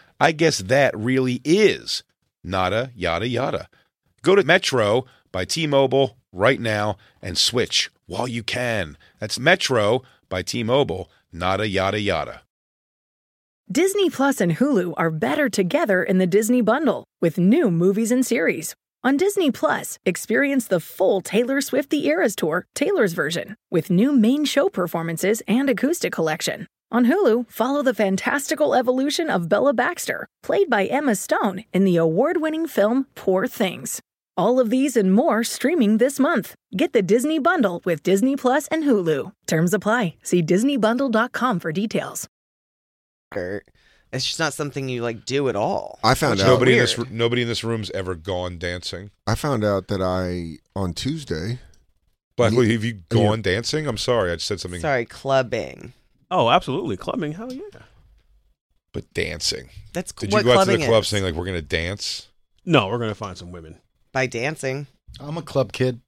Speaker 1: I guess that really is nada yada yada. Go to Metro by T Mobile right now and switch while you can. That's Metro by T Mobile, nada yada yada.
Speaker 14: Disney Plus and Hulu are better together in the Disney bundle with new movies and series. On Disney Plus, experience the full Taylor Swift The Eras Tour, Taylor's version, with new main show performances and acoustic collection. On Hulu, follow the fantastical evolution of Bella Baxter, played by Emma Stone in the award winning film Poor Things. All of these and more streaming this month. Get the Disney Bundle with Disney Plus and Hulu. Terms apply. See DisneyBundle.com for details.
Speaker 6: Or It's just not something you like do at all.
Speaker 2: I found
Speaker 6: Which
Speaker 2: out-
Speaker 6: is
Speaker 1: Nobody in
Speaker 6: weird.
Speaker 1: this nobody in this room's ever gone dancing.
Speaker 2: I found out that I on Tuesday.
Speaker 1: Blackley, have you gone dancing? I'm sorry, I said something.
Speaker 6: Sorry, clubbing.
Speaker 10: Oh, absolutely. Clubbing, hell yeah.
Speaker 1: But dancing.
Speaker 6: That's
Speaker 1: Did you
Speaker 6: what
Speaker 1: go out to the
Speaker 6: clubbing
Speaker 1: club
Speaker 6: is.
Speaker 1: saying like we're gonna dance?
Speaker 10: No, we're gonna find some women.
Speaker 6: By dancing.
Speaker 9: I'm a club kid.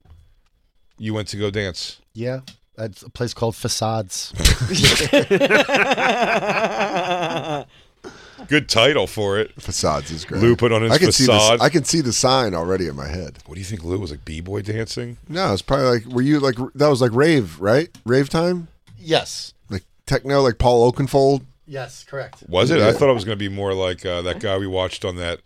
Speaker 1: You went to go dance.
Speaker 9: Yeah, at a place called Facades.
Speaker 1: Good title for it.
Speaker 2: Facades is great.
Speaker 1: Lou put on his
Speaker 2: I can See
Speaker 1: facade.
Speaker 2: the, I can see the sign already in my head.
Speaker 1: What do you think Lou was like b boy dancing?
Speaker 2: No, it's probably like were you like that was like rave right? Rave time,
Speaker 9: yes.
Speaker 2: like techno, like Paul Oakenfold.
Speaker 9: Yes, correct.
Speaker 1: Was it?
Speaker 2: Yeah.
Speaker 1: I thought it was going to be more like uh, that guy we watched on that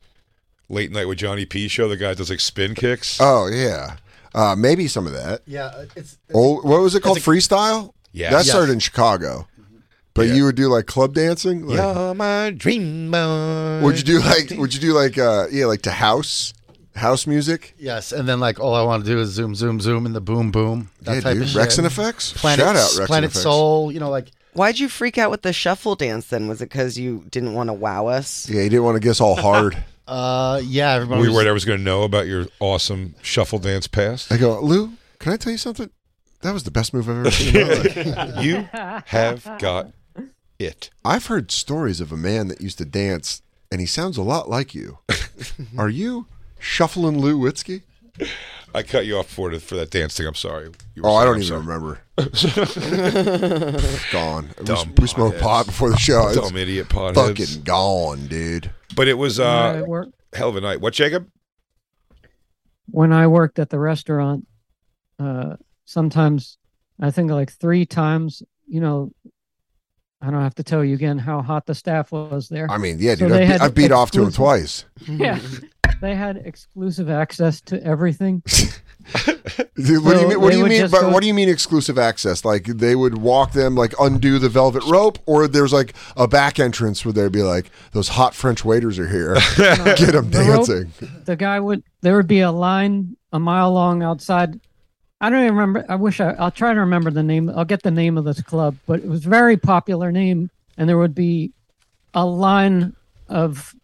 Speaker 1: late night with Johnny P show. The guy that does like spin kicks.
Speaker 2: Oh yeah, uh, maybe some of that.
Speaker 9: Yeah, uh, it's
Speaker 2: Old, what was it called? Freestyle.
Speaker 1: Yeah.
Speaker 2: that
Speaker 1: Yes.
Speaker 2: started in Chicago.
Speaker 9: Mm-hmm.
Speaker 2: But you would do like club dancing. Like,
Speaker 1: You're my dream boy.
Speaker 2: Would you do like? Would you do like? uh Yeah, like to house, house music.
Speaker 9: Yes, and then like all I want to do is zoom, zoom, zoom, and the boom, boom. That
Speaker 2: Yeah,
Speaker 9: type
Speaker 2: dude.
Speaker 9: of
Speaker 2: Rex
Speaker 9: shit.
Speaker 2: and Effects?
Speaker 9: Planet,
Speaker 2: Shout out Rex and
Speaker 9: Planet
Speaker 2: Effects.
Speaker 9: Soul. You know, like
Speaker 6: Why'd you freak out with the shuffle dance then? Was it because you didn't want to wow us?
Speaker 2: Yeah, you didn't want to guess all hard.
Speaker 9: uh, yeah, everyone.
Speaker 1: We
Speaker 9: was-
Speaker 1: were I was going to know about your awesome shuffle dance past.
Speaker 2: I go, Lou. Can I tell you something? That was the best move I've ever seen in my life.
Speaker 1: you have got it.
Speaker 2: I've heard stories of a man that used to dance, and he sounds a lot like you. Are you shuffling Lou Witzke?
Speaker 1: I cut you off for for that dance thing. I'm sorry. You were
Speaker 2: Oh, I
Speaker 1: saying,
Speaker 2: don't even
Speaker 1: I'm sorry.
Speaker 2: remember.
Speaker 1: Pff,
Speaker 2: gone. We-
Speaker 1: Dumb
Speaker 2: we smoked
Speaker 1: potheads.
Speaker 2: pot before the show.
Speaker 1: Dumb
Speaker 2: It's
Speaker 1: idiot potheads.
Speaker 2: Fucking gone, dude.
Speaker 1: But it was
Speaker 4: Yeah,
Speaker 1: uh,
Speaker 4: it worked.
Speaker 1: hell of a night. What, Jacob?
Speaker 4: when I worked at the restaurant, uh, sometimes I think like three times, you know, I don't have to tell you again how hot the staff was there.
Speaker 2: I mean, yeah,
Speaker 4: So
Speaker 2: dude.
Speaker 4: they
Speaker 2: I,
Speaker 4: had
Speaker 2: be- I beat off to him
Speaker 4: exclusive-
Speaker 2: twice.
Speaker 4: Yeah. They had exclusive access to everything.
Speaker 2: Dude, what do you
Speaker 4: So
Speaker 2: mean? What
Speaker 4: they
Speaker 2: do you
Speaker 4: would
Speaker 2: mean?
Speaker 4: just
Speaker 2: By,
Speaker 4: go-
Speaker 2: what do you mean exclusive access? Like they would walk them, like undo the velvet rope, or there's like a back entrance where they'd be like, "Those hot French waiters are here. Get them
Speaker 4: The rope-
Speaker 2: dancing."
Speaker 4: the guy would there would be a line a mile long outside i don't even remember i wish I, i'll try to remember the name i'll get the name of this club but it was a very popular name and there would be a line of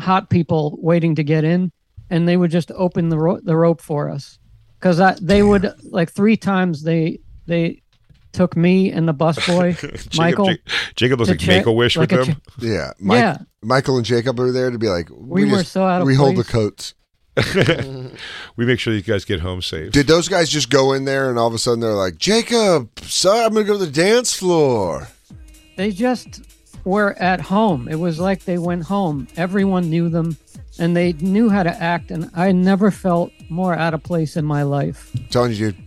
Speaker 4: hot people waiting to get in and they would just open the, ro- the rope for us because they would like three times they they took me and the busboy michael
Speaker 1: Jacob, Jacob looks
Speaker 4: to
Speaker 1: like
Speaker 4: check-
Speaker 1: Make a Wish
Speaker 4: like
Speaker 1: with
Speaker 4: a
Speaker 1: them.
Speaker 4: ch-
Speaker 2: Yeah, Mike,
Speaker 4: Yeah.
Speaker 2: Michael and Jacob are there to be like,
Speaker 4: We were so out of
Speaker 2: We hold the
Speaker 4: place."
Speaker 2: coats.
Speaker 1: we make sure you guys get home safe.
Speaker 2: Did those guys just go in there and all of a sudden they're like, Jacob, son, I'm gonna go to the dance floor.
Speaker 4: they just were at home. It was like they went home. Everyone knew them and they knew how to act. And I never felt more out of place in my life.
Speaker 2: I'm telling you, dude,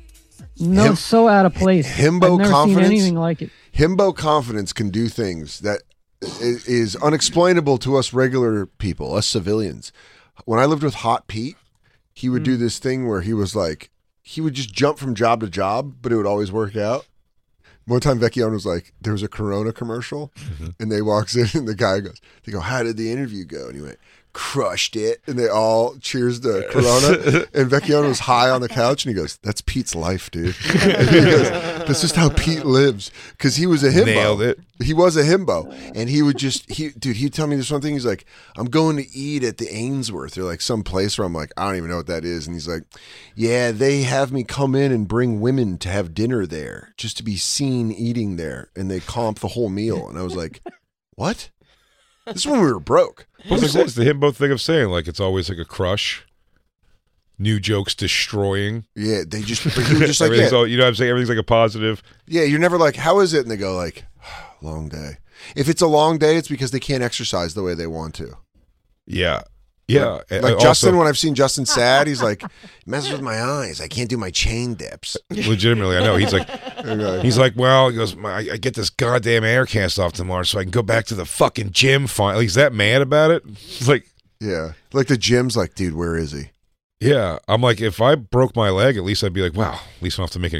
Speaker 4: No,
Speaker 2: Him-
Speaker 4: so out of place.
Speaker 2: himbo
Speaker 4: I've never
Speaker 2: confidence?
Speaker 4: seen anything like it.
Speaker 2: himbo confidence can do things that i- is unexplainable to us regular people, us civilians. When I lived with Hot Pete, he would do this thing where he was like, he would just jump from job to job, but it would always work out. One time, Vecchione was like, there was a Corona commercial, and they walks in, and the guy goes, they go, how did the interview go? And he went, crushed it. And they all cheers the Corona. and Vecchione was high on the couch, and he goes, that's Pete's life, dude. And he goes, that's just how Pete lives. Because he was a himbo.
Speaker 1: Nailed it.
Speaker 2: He was a himbo. And he would just, he dude, he'd tell me this one thing. He's like, I'm going to eat at the Ainsworth or like some place where I'm like, I don't even know what that is. And he's like, Yeah, they have me come in and bring women to have dinner there just to be seen eating there. And they comp the whole meal. And I was like, What? This is when we were broke.
Speaker 1: But like, what's the himbo thing of saying? Like, it's always like a crush. New jokes destroying.
Speaker 2: Yeah, they just, but he was just like,
Speaker 1: Everything's
Speaker 2: yeah.
Speaker 1: all, you know what I'm saying? Everything's like a positive.
Speaker 2: Yeah, you're never like, how is it? And they go like, long day. If it's a long day, it's because they can't exercise the way they want to.
Speaker 1: Yeah. Yeah,
Speaker 2: Like,
Speaker 1: and also-
Speaker 2: Justin, when I've seen Justin sad, he's like,
Speaker 8: messes with my eyes. I can't do my chain dips.
Speaker 1: Legitimately, I know. He's like, he's like, well, he goes, I, I get this goddamn air cast off tomorrow, so I can go back to the fucking gym. Finally, he's that mad about it. It's like,
Speaker 2: yeah, like the gym's like, dude, where is he?
Speaker 1: Yeah, I'm like, if I broke my leg, at least I'd be like, wow, at least I don't have to make an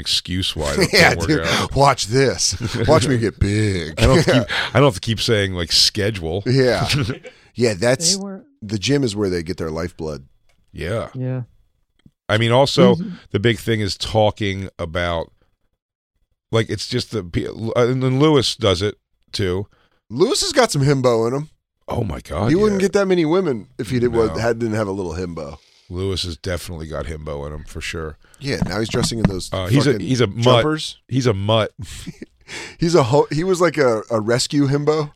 Speaker 1: excuse why I don't
Speaker 2: Yeah,
Speaker 1: can't work
Speaker 2: dude,
Speaker 1: out.
Speaker 2: watch this. Watch me get big.
Speaker 1: I don't, have to keep, I don't have to keep saying like schedule.
Speaker 2: Yeah. yeah, that's
Speaker 4: They were-
Speaker 2: the gym is where they get their lifeblood.
Speaker 1: yeah.
Speaker 4: Yeah.
Speaker 1: I mean, also
Speaker 2: Mm-hmm.
Speaker 1: the big thing is talking about, like, it's just the pe- uh, and then Lewis does it too.
Speaker 2: Lewis has got some himbo in him.
Speaker 1: Oh my god,
Speaker 2: he
Speaker 1: yeah.
Speaker 2: wouldn't get that many women if he did,
Speaker 1: No.
Speaker 2: had, didn't have a little himbo.
Speaker 1: Lewis has definitely got himbo in him for sure.
Speaker 2: Yeah, now he's dressing in those.
Speaker 1: Uh, he's a
Speaker 2: fucking
Speaker 1: he's a mutt.
Speaker 2: jumpers.
Speaker 1: He's a mutt.
Speaker 2: He's a ho- he was like a, a rescue himbo.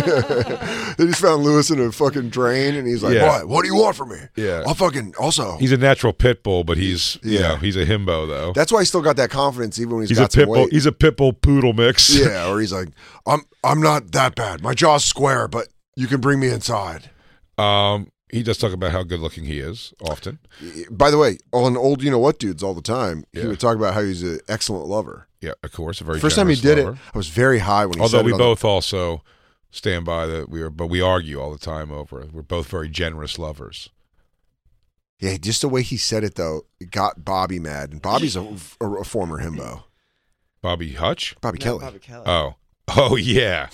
Speaker 2: they just found Lewis in a fucking drain, and he's like,
Speaker 1: Yeah.
Speaker 2: "What? What do you want from me?
Speaker 1: Yeah.
Speaker 2: I'll fucking also."
Speaker 1: He's a natural pit bull, but he's yeah. you
Speaker 2: Yeah.
Speaker 1: know, he's a himbo though.
Speaker 2: That's why he still got that confidence, even when
Speaker 1: he's,
Speaker 2: he's
Speaker 1: a
Speaker 2: got
Speaker 1: pit
Speaker 2: some
Speaker 1: bull.
Speaker 2: weight.
Speaker 1: He's a pit bull poodle mix.
Speaker 2: yeah, or he's like, "I'm I'm not that bad. My jaw's square, but you can bring me inside."
Speaker 1: Um, he does talk about how good looking he is often.
Speaker 2: By the way, on old you know what dudes all the time,
Speaker 1: Yeah.
Speaker 2: he would talk about how he's an excellent lover.
Speaker 1: Yeah, of course, a very
Speaker 2: First time he
Speaker 1: generous
Speaker 2: did
Speaker 1: lover.
Speaker 2: it, I was very high when he
Speaker 1: Although
Speaker 2: said
Speaker 1: we
Speaker 2: it on the-
Speaker 1: both also stand by that we are, but we argue all the time over. it. We're both very generous lovers.
Speaker 2: Yeah, just the way he said it though, it got Bobby mad, and Bobby's a, a, a former himbo.
Speaker 1: Bobby Hutch,
Speaker 2: Bobby Kelly.
Speaker 6: Uh.
Speaker 1: Oh, oh yeah,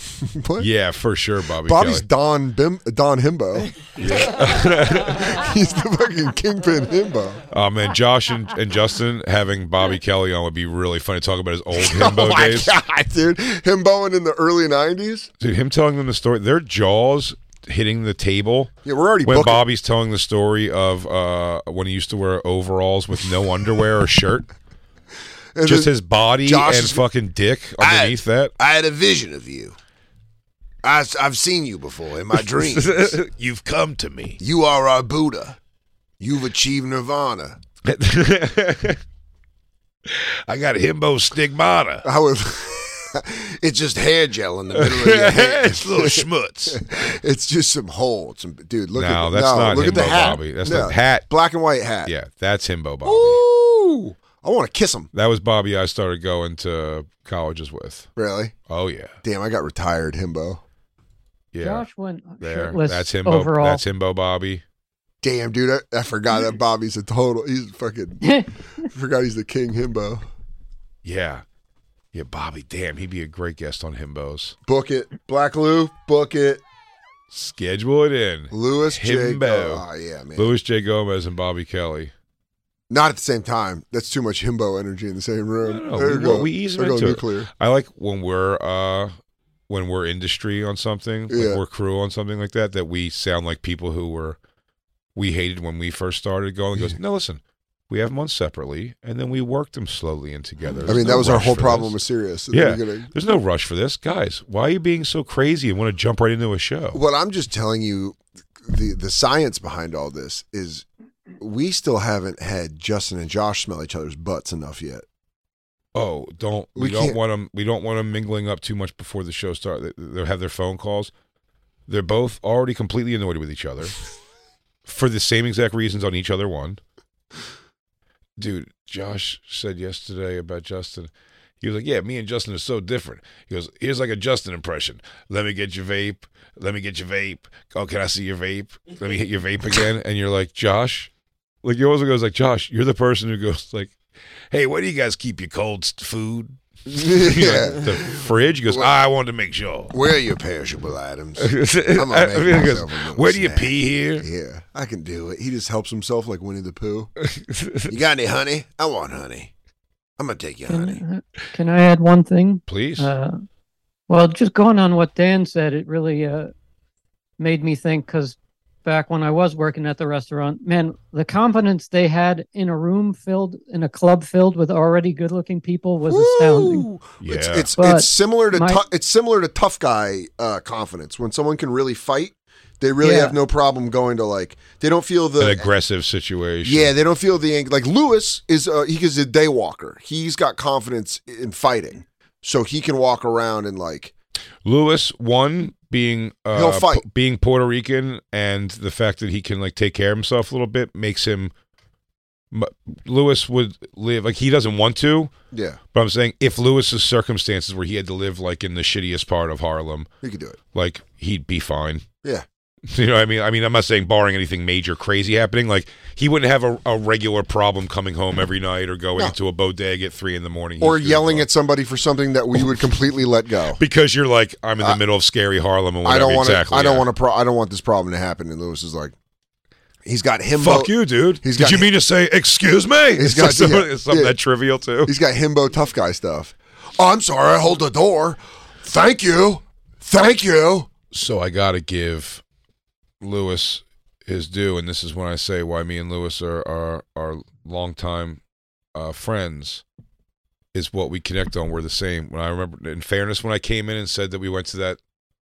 Speaker 2: What?
Speaker 1: yeah, for sure, Bobby.
Speaker 2: Bobby's
Speaker 1: Kelly.
Speaker 2: Don Bim, Don Himbo. He's the fucking kingpin himbo.
Speaker 1: Oh man, Josh and, and Justin having Bobby Kelly on would be really funny. Talk about his old himbo
Speaker 2: oh my
Speaker 1: days,
Speaker 2: god, dude! Himboing in the early '90s.
Speaker 1: dude. Him telling them the story, their jaws hitting the table.
Speaker 2: Yeah, we're already
Speaker 1: when
Speaker 2: booking.
Speaker 1: Bobby's telling the story of uh, when he used to wear overalls with no underwear or shirt,
Speaker 8: And
Speaker 1: just
Speaker 8: then
Speaker 1: his body
Speaker 8: Josh
Speaker 1: and
Speaker 8: is-
Speaker 1: fucking dick underneath that.
Speaker 8: I had a vision of you. I, have seen you before in my dreams.
Speaker 1: You've come to me.
Speaker 8: You are our Buddha. You've achieved nirvana.
Speaker 1: I got himbo stigmata.
Speaker 2: I would.
Speaker 8: it's just hair gel in the middle of your head.
Speaker 1: It's little schmutz.
Speaker 2: it's just some holes. Some, dude, look
Speaker 1: No,
Speaker 2: at
Speaker 1: that's
Speaker 2: no,
Speaker 1: not
Speaker 2: look at the
Speaker 1: himbo,
Speaker 2: hat.
Speaker 1: Bobby. That's not- hat.
Speaker 2: black and white hat.
Speaker 1: Yeah, that's himbo Bobby.
Speaker 2: Ooh, I want to kiss him.
Speaker 1: That was Bobby I started going to colleges with.
Speaker 2: Really?
Speaker 1: Oh yeah,
Speaker 2: Damn, I got retired himbo.
Speaker 1: yeah.
Speaker 4: Josh went
Speaker 1: there.
Speaker 4: shirtless
Speaker 1: That's himbo.
Speaker 4: overall.
Speaker 1: That's himbo Bobby.
Speaker 2: Damn, dude, I, I forgot that Bobby's a total. He's fucking. I forgot he's the king himbo.
Speaker 1: Yeah, yeah. Bobby, damn, he'd be a great guest on Himbos.
Speaker 2: Book it, Black Lou. Book it.
Speaker 1: Schedule it in.
Speaker 2: Lewis J.
Speaker 1: Himbo.
Speaker 2: Oh, yeah, man.
Speaker 1: Louis J. Gomez and Bobby Kelly.
Speaker 2: Not at the same time. That's too much himbo energy in the same room.
Speaker 1: No,
Speaker 2: There
Speaker 1: we,
Speaker 2: you go.
Speaker 1: we ease
Speaker 2: There
Speaker 1: them
Speaker 2: go
Speaker 1: into it.
Speaker 2: nuclear.
Speaker 1: I like when we're uh, when we're industry on something, like
Speaker 2: Yeah.
Speaker 1: we're crew on something like that. That we sound like people who were we hated when we first started going. Goes no, listen, we have them on separately, and then we worked them slowly and together.
Speaker 2: I mean,
Speaker 1: There's no
Speaker 2: that was our
Speaker 1: rush
Speaker 2: whole
Speaker 1: for
Speaker 2: problem
Speaker 1: this.
Speaker 2: with Sirius. at the
Speaker 1: Yeah,
Speaker 2: beginning.
Speaker 1: there's no rush for this, guys. Why are you being so crazy and want to jump right into a show?
Speaker 2: What I'm just telling you, the the science behind all this is, we still haven't had Justin and Josh smell each other's butts enough yet.
Speaker 1: Oh, don't we,
Speaker 2: We
Speaker 1: don't
Speaker 2: can't-
Speaker 1: want them we don't want them mingling up too much before the show starts. They, they'll have their phone calls. They're both already completely annoyed with each other for the same exact reasons on each other one. Dude, Josh said yesterday about Justin. He was like, "Yeah, me and Justin are so different." He goes, "Here's like a Justin impression. Let me get your vape. Let me get your vape. Oh, can I see your vape? Let me hit your vape again." And you're like, "Josh, like you always goes like, Josh, you're the person who goes like, hey, where do you guys keep your cold st- food?
Speaker 8: Yeah.
Speaker 1: Like, the fridge. He goes, I wanted to make sure.
Speaker 8: Where are your perishable items?
Speaker 1: I
Speaker 8: I'm gonna
Speaker 1: mean,
Speaker 8: make
Speaker 1: it goes,
Speaker 8: myself a little
Speaker 1: where do you
Speaker 8: snack.
Speaker 1: pee here?
Speaker 2: Yeah, I can do it. He just helps himself like Winnie the Pooh.
Speaker 8: You got any honey? I want honey. I'm gonna take your honey.
Speaker 4: Can, can I add one thing?
Speaker 1: Please.
Speaker 4: Uh, well, just going on what Dan said, it really uh, made me think because back when I was working at the restaurant, man, the confidence they had in a room filled, in a club filled with already good looking people was astounding.
Speaker 1: Yeah.
Speaker 2: It's it's,
Speaker 4: But
Speaker 2: it's similar to
Speaker 4: my-
Speaker 2: tou- it's similar to tough guy uh, confidence. When someone can really fight, they really
Speaker 4: Yeah.
Speaker 2: have no problem going to like they don't feel
Speaker 1: An
Speaker 2: the
Speaker 1: aggressive situation.
Speaker 2: yeah they don't feel the ang- like Lewis is uh, he is a day walker. He's got confidence in fighting, so he can walk around and like
Speaker 1: Lewis, one being uh,
Speaker 2: He'll fight.
Speaker 1: P- being Puerto Rican and the fact that he can like take care of himself a little bit makes him. m- Lewis would live like he doesn't want to.
Speaker 2: Yeah.
Speaker 1: But I'm saying if Lewis's circumstances where he had to live like in the shittiest part of Harlem,
Speaker 2: He could do it.
Speaker 1: like he'd be fine.
Speaker 2: Yeah.
Speaker 1: You know what I mean? I mean, I'm not saying barring anything major crazy happening, like he wouldn't have a, a regular problem coming home every night or going
Speaker 2: No.
Speaker 1: into a bodega at three in the morning.
Speaker 2: Or
Speaker 1: He's-
Speaker 2: yelling at somebody for something that we would completely let go.
Speaker 1: because you're like, I'm in the
Speaker 2: I-
Speaker 1: middle of scary Harlem and
Speaker 2: I
Speaker 1: whatever.
Speaker 2: don't want to.
Speaker 1: exactly.
Speaker 2: I don't
Speaker 1: yeah.
Speaker 2: want to. Pro- I don't want this problem to happen. And Lewis is like, he's got him.
Speaker 1: Fuck you, dude.
Speaker 2: He's
Speaker 1: Did
Speaker 2: got-
Speaker 1: you mean to say excuse me?
Speaker 2: He's
Speaker 1: It's
Speaker 2: got
Speaker 1: like some-
Speaker 2: yeah,
Speaker 1: it's something
Speaker 2: yeah.
Speaker 1: that trivial too.
Speaker 2: He's got himbo tough guy stuff.
Speaker 8: Oh, I'm sorry. I hold the door. Thank you. Thank you.
Speaker 1: so I got to give Lewis his due, and this is when I say why me and Lewis are are are longtime uh, friends is what we connect on. We're the same. When I remember, in fairness, when I came in and said that we went to that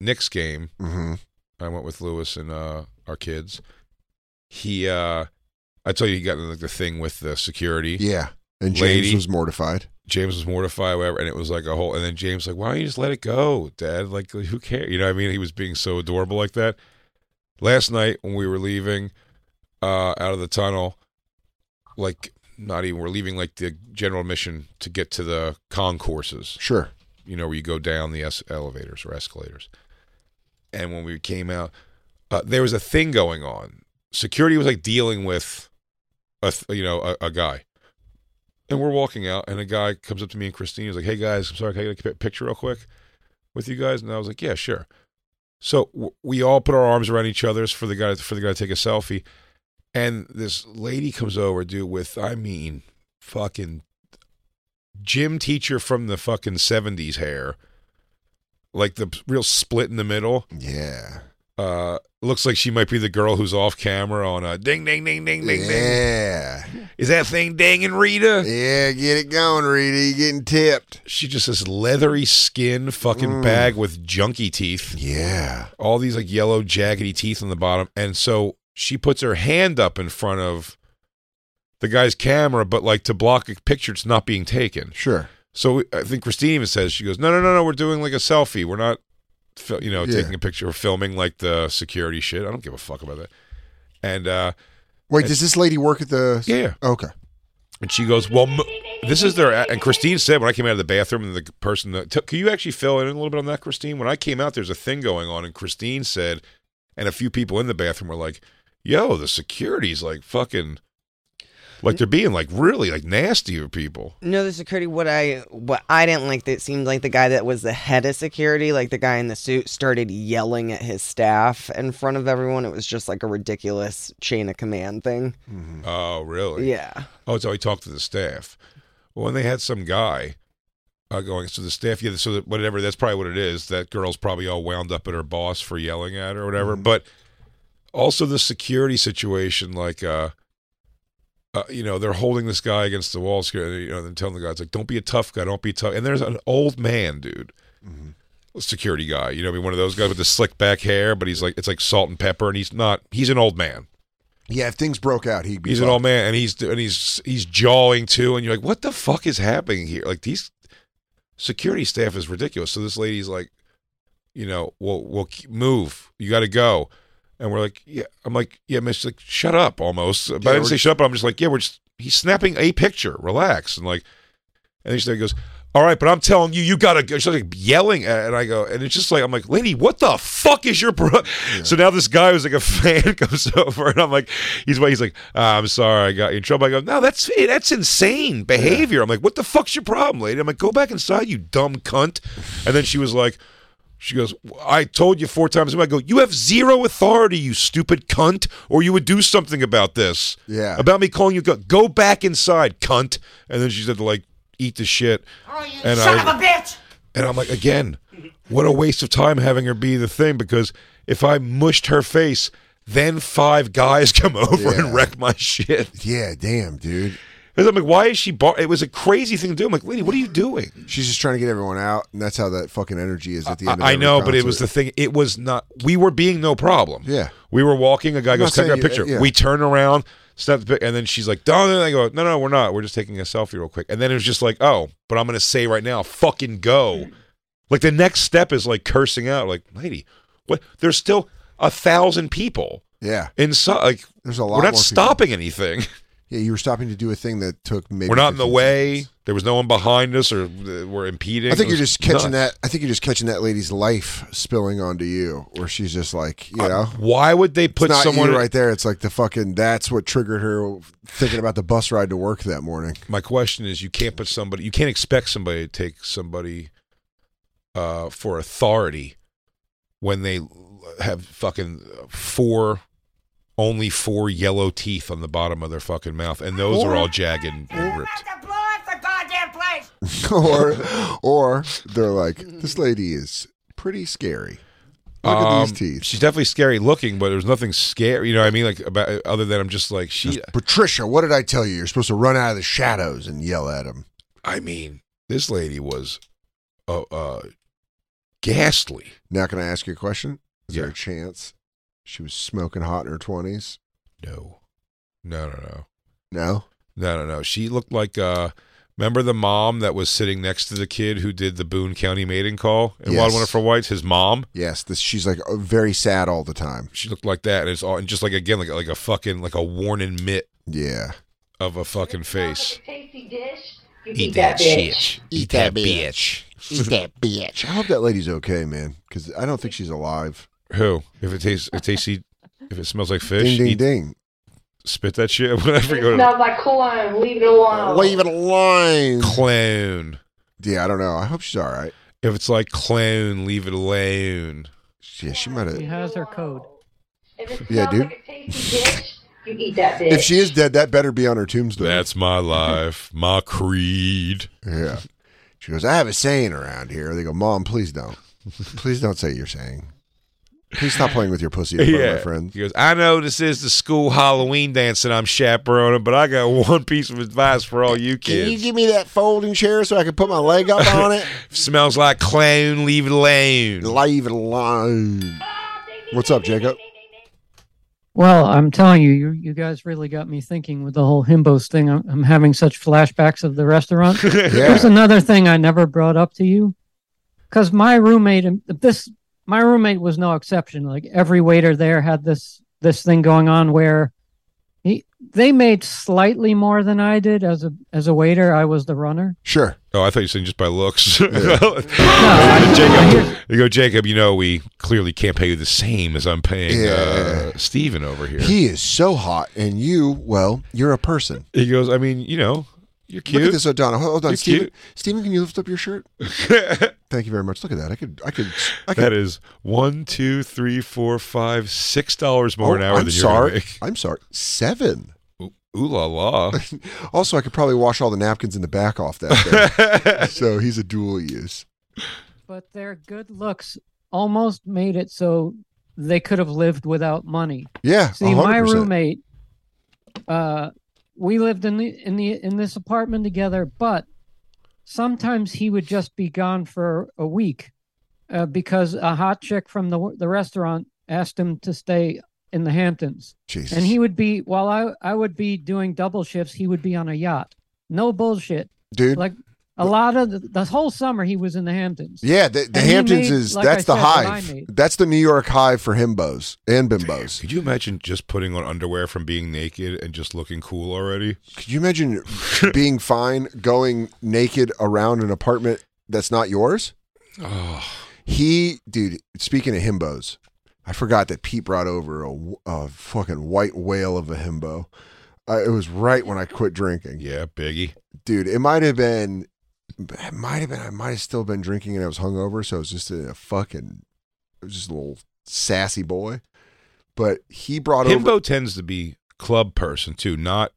Speaker 1: Knicks game,
Speaker 2: Mhm.
Speaker 1: I went with Lewis and uh, our kids. He, uh, I tell you, he got in, like the thing with the security.
Speaker 2: Yeah. And James
Speaker 1: lady.
Speaker 2: was mortified.
Speaker 1: James was mortified, whatever, and it was like a whole. And then James like, "Why don't you just let it go, Dad? Like, who cares? You know what I mean?" He was being so adorable like that. Last night when we were leaving uh, out of the tunnel, like not even we're leaving like the general admission to get to the concourses.
Speaker 2: Sure.
Speaker 1: you know where you go down the es- elevators or escalators. And when we came out, uh, there was a thing going on. Security was like dealing with a th- you know a, a guy. And we're walking out, and a guy comes up to me and Christine. He's like, "Hey guys, I'm sorry, can I get a pi- picture real quick with you guys?" And I was like, "Yeah, sure." So w- we all put our arms around each other's for the guy for the guy to take a selfie, and this lady comes over, dude, with I mean, fucking gym teacher from the fucking '70s hair, like the p- real split in the middle.
Speaker 2: Yeah.
Speaker 1: Uh, looks like she might be the girl who's off camera on a ding ding ding ding ding ding.
Speaker 8: Yeah.
Speaker 1: Is that thing danging, Rita?
Speaker 8: Yeah, get it going, Rita. you getting tipped.
Speaker 1: She just has leathery skin, fucking
Speaker 8: Mm.
Speaker 1: bag with junky teeth.
Speaker 8: Yeah.
Speaker 1: All these like yellow jaggedy teeth on the bottom. And so she puts her hand up in front of the guy's camera, but like to block a picture it's not being taken.
Speaker 2: Sure.
Speaker 1: So I think Christine even says, she goes, no, no, no, no, we're doing like a selfie. We're not, fil- you know,
Speaker 2: Yeah.
Speaker 1: taking a picture or filming like the security shit. I don't give a fuck about that. And, uh,
Speaker 2: Wait,
Speaker 1: and-
Speaker 2: does this lady work at the?
Speaker 1: Yeah.
Speaker 2: Okay.
Speaker 1: and she goes, "Well, m- this is their." And Christine said, "When I came out of the bathroom, and the person that t- can you actually fill in a little bit on that, Christine? When I came out, there's a thing going on." And Christine said, and a few people in the bathroom were like, "Yo, the security's like fucking, like they're being like really like nasty to people."
Speaker 6: No, the security. What I what I didn't like that seemed like the guy that was the head of security, like the guy in the suit, started yelling at his staff in front of everyone. It was just like a ridiculous chain of command thing.
Speaker 1: Oh, really?
Speaker 6: Yeah.
Speaker 1: Oh, so he talked to the staff. Well, and they had some guy uh, going, so the staff, yeah, so that whatever, that's probably what it is. That girl's probably all wound up at her boss for yelling at her or whatever. But also the security situation, like, uh, uh, you know, they're holding this guy against the wall, scared, you know, and telling the guy, it's like, don't be a tough guy, don't be tough. And there's an old man, dude. Security guy, you know, I mean, one of those guys with the slick back hair, but he's like, it's like salt and pepper, and he's not, he's an old man
Speaker 2: Yeah. If things broke out, he'd be.
Speaker 1: he's an old man and he's and he's he's jawing too and you're like what the fuck is happening here like these security staff is ridiculous so this lady's like you know we'll we'll keep- move you got to go and we're like yeah i'm like yeah miss like shut up almost but
Speaker 2: Yeah,
Speaker 1: i didn't
Speaker 2: we're
Speaker 1: say
Speaker 2: just-
Speaker 1: shut up but i'm just like yeah we're just he's snapping a picture relax and like and then she there goes all right but i'm telling you you gotta go she's like yelling at, and i go and it's just like i'm like lady what the fuck is your pro so now this guy who's like a fan comes over and i'm like he's he's like ah, i'm sorry i got you in trouble i go no that's that's insane behavior i'm like what the fuck's your problem lady i'm like go back inside you dumb cunt and then she was like she goes, I told you four times. I go, you have zero authority, you stupid cunt, or you would do something about this.
Speaker 2: Yeah.
Speaker 1: About me calling you cunt. Go back inside, cunt. And then she said, like, eat the shit. and
Speaker 15: Oh, Son
Speaker 1: I,
Speaker 15: of a bitch!
Speaker 1: And I'm like, again, what a waste of time having her be the thing because if I mushed her face, then five guys come over
Speaker 2: Yeah.
Speaker 1: and wreck my shit.
Speaker 2: Yeah. Damn, dude.
Speaker 1: And I'm like, why is she? Bar-? It was a crazy thing to do. I'm like, lady, what are you doing?
Speaker 2: She's just trying to get everyone out, and that's how that fucking energy is at the end. of
Speaker 1: I, I
Speaker 2: every
Speaker 1: know, but it was
Speaker 2: concert.
Speaker 1: the thing. It was not. We were being no problem.
Speaker 2: Yeah.
Speaker 1: we were walking. A guy
Speaker 2: I'm
Speaker 1: goes,
Speaker 2: not
Speaker 1: "Take
Speaker 2: saying
Speaker 1: a
Speaker 2: you- uh,
Speaker 1: picture."
Speaker 2: yeah.
Speaker 1: We turn around, snap the pic, and then she's like, "No, no." no." I go, "No, no, we're not. We're just taking a selfie real quick." And then it was just like, "Oh, but I'm gonna say right now, fucking go." Like the next step is like cursing out, like, lady, what? There's still a thousand people.
Speaker 2: Yeah.
Speaker 1: Inside, like,
Speaker 2: There's a lot
Speaker 1: We're
Speaker 2: more
Speaker 1: not
Speaker 2: people.
Speaker 1: stopping anything.
Speaker 2: Yeah, you were stopping to do a thing that took maybe.
Speaker 1: we're not in the
Speaker 2: 15
Speaker 1: way. There was no one behind us, or uh, we're impeding.
Speaker 2: I think
Speaker 1: It
Speaker 2: you're
Speaker 1: was
Speaker 2: just catching
Speaker 1: nuts.
Speaker 2: that. I think you're just catching that lady's life spilling onto you, where she's just like, you
Speaker 1: Uh,
Speaker 2: know,
Speaker 1: why would they put
Speaker 2: it's not
Speaker 1: someone
Speaker 2: you right there? It's like the fucking. That's what triggered her thinking about the bus ride to work that morning.
Speaker 1: My question is, you can't put somebody. You can't expect somebody to take somebody uh, for authority when they have fucking four, only four yellow teeth on the bottom of their fucking mouth, and those are all jagged and, and ripped.
Speaker 2: or, or they're like, this lady is pretty scary. Look at these
Speaker 1: Um,
Speaker 2: teeth.
Speaker 1: She's definitely scary looking, but there's nothing scary. You know what I mean? Like about other than I'm just like she.
Speaker 2: Patricia, what did I tell you? You're supposed to run out of the shadows and yell at him.
Speaker 1: I mean, this lady was, uh, uh ghastly.
Speaker 2: Now, can I ask you a question? Is there
Speaker 1: Yeah.
Speaker 2: a chance she was smoking hot in her twenties?
Speaker 1: No, no, no, no.
Speaker 2: No.
Speaker 1: No, no, no. She looked like uh remember the mom that was sitting next to the kid who did the Boone County mating call in Wild
Speaker 2: Yes.
Speaker 1: Wonderful Whites, his mom?
Speaker 2: Yes, this she's like uh, very sad all the time.
Speaker 1: She looked like that and it's all and just like again like like a fucking like a worn in mitt
Speaker 2: Yeah.
Speaker 1: of a fucking face.
Speaker 15: Tasty dish. You
Speaker 1: Eat that shit. Eat that
Speaker 2: Eat that bitch. I hope that lady's okay, man, because I don't think she's alive.
Speaker 1: Who? If it tastes it tastes if it smells like fish,
Speaker 2: Ding, ding,
Speaker 1: eat-
Speaker 2: ding.
Speaker 1: spit that shit whatever you go to
Speaker 15: Smells like cologne. Leave it alone.
Speaker 2: Leave it alone.
Speaker 1: clone.
Speaker 2: Yeah, I don't know. I hope she's all right.
Speaker 1: If it's like clone, leave it alone.
Speaker 2: Yeah, she might
Speaker 4: She
Speaker 2: have.
Speaker 4: has her code.
Speaker 15: If it smells
Speaker 2: Yeah, dude.
Speaker 15: like a tasty dish, you eat that bitch.
Speaker 2: If she is dead, that better be on her tombstone.
Speaker 1: That's my life, my creed.
Speaker 2: Yeah. She goes, I have a saying around here. They go, Mom, please don't. Please don't say you're saying. Please stop playing with your pussy, in front of my friend.
Speaker 1: He goes, I know this is the school Halloween dance that I'm chaperoning, but I got one piece of advice for all you kids.
Speaker 2: give me that folding chair so I can put my leg up on it?
Speaker 1: Smells like clown, leave it alone.
Speaker 2: Leave it alone. What's up, Jacob?
Speaker 4: Well, I'm telling you, you, you guys really got me thinking with the whole himbos thing. I'm, I'm having such flashbacks of the restaurant. There's another thing I never brought up to you, because my roommate and this my roommate was no exception. Like every waiter there had this this thing going on where he they made slightly more than I did as a as a waiter. I was the runner.
Speaker 2: Sure.
Speaker 1: Oh, I thought you said just by looks.
Speaker 4: Jacob,
Speaker 1: you go, Jacob, you know, we clearly can't pay you the same as I'm paying uh, Steven over here.
Speaker 2: He is so hot, and you, well, you're a person.
Speaker 1: He goes, I mean, you know, you're cute.
Speaker 2: Look at this, O'Donnell. Hold on,
Speaker 1: You're
Speaker 2: Steven.
Speaker 1: cute.
Speaker 2: Steven, can you lift up your shirt? Thank you very much. Look at that. I could, I could, I could.
Speaker 1: That is one, two, three, four, five, six dollars more
Speaker 2: Oh,
Speaker 1: an hour
Speaker 2: I'm
Speaker 1: than
Speaker 2: sorry.
Speaker 1: you're gonna
Speaker 2: I'm sorry. Seven.
Speaker 1: make. Ooh la la.
Speaker 2: Also, I could probably wash all the napkins in the back off that thing. so he's a dual use.
Speaker 4: But their good looks almost made it so they could have lived without money.
Speaker 2: Yeah,
Speaker 4: See, my
Speaker 2: 100%.
Speaker 4: roommate, uh, we lived in the in the in this apartment together, but sometimes he would just be gone for a week uh, because a hot chick from the the restaurant asked him to stay in the Hamptons.
Speaker 2: Jesus.
Speaker 4: And he would be while I I would be doing double shifts, he would be on a yacht. No bullshit,
Speaker 2: Dude.
Speaker 4: Like a lot of the, the whole summer he was in the Hamptons.
Speaker 2: Yeah, the, the
Speaker 4: And he
Speaker 2: Hamptons
Speaker 4: made,
Speaker 2: is
Speaker 4: like
Speaker 2: that's
Speaker 4: I
Speaker 2: the
Speaker 4: said, what I
Speaker 2: hive.
Speaker 4: made.
Speaker 2: That's the New York hive for himbos and bimbos.
Speaker 1: Could you imagine just putting on underwear from being naked and just looking cool already?
Speaker 2: Could you imagine being fine going naked around an apartment that's not yours? He, dude, speaking of himbos, I forgot that Pete brought over a, w- a fucking white whale of a himbo. Uh, it was right when I quit drinking.
Speaker 1: Yeah, Biggie.
Speaker 2: Dude, it might have been, it might have been, I might have still been drinking and I was hungover. So I was just a fucking, I was just a little sassy boy. But he brought
Speaker 1: Himbo
Speaker 2: over.
Speaker 1: tends to be club person too, not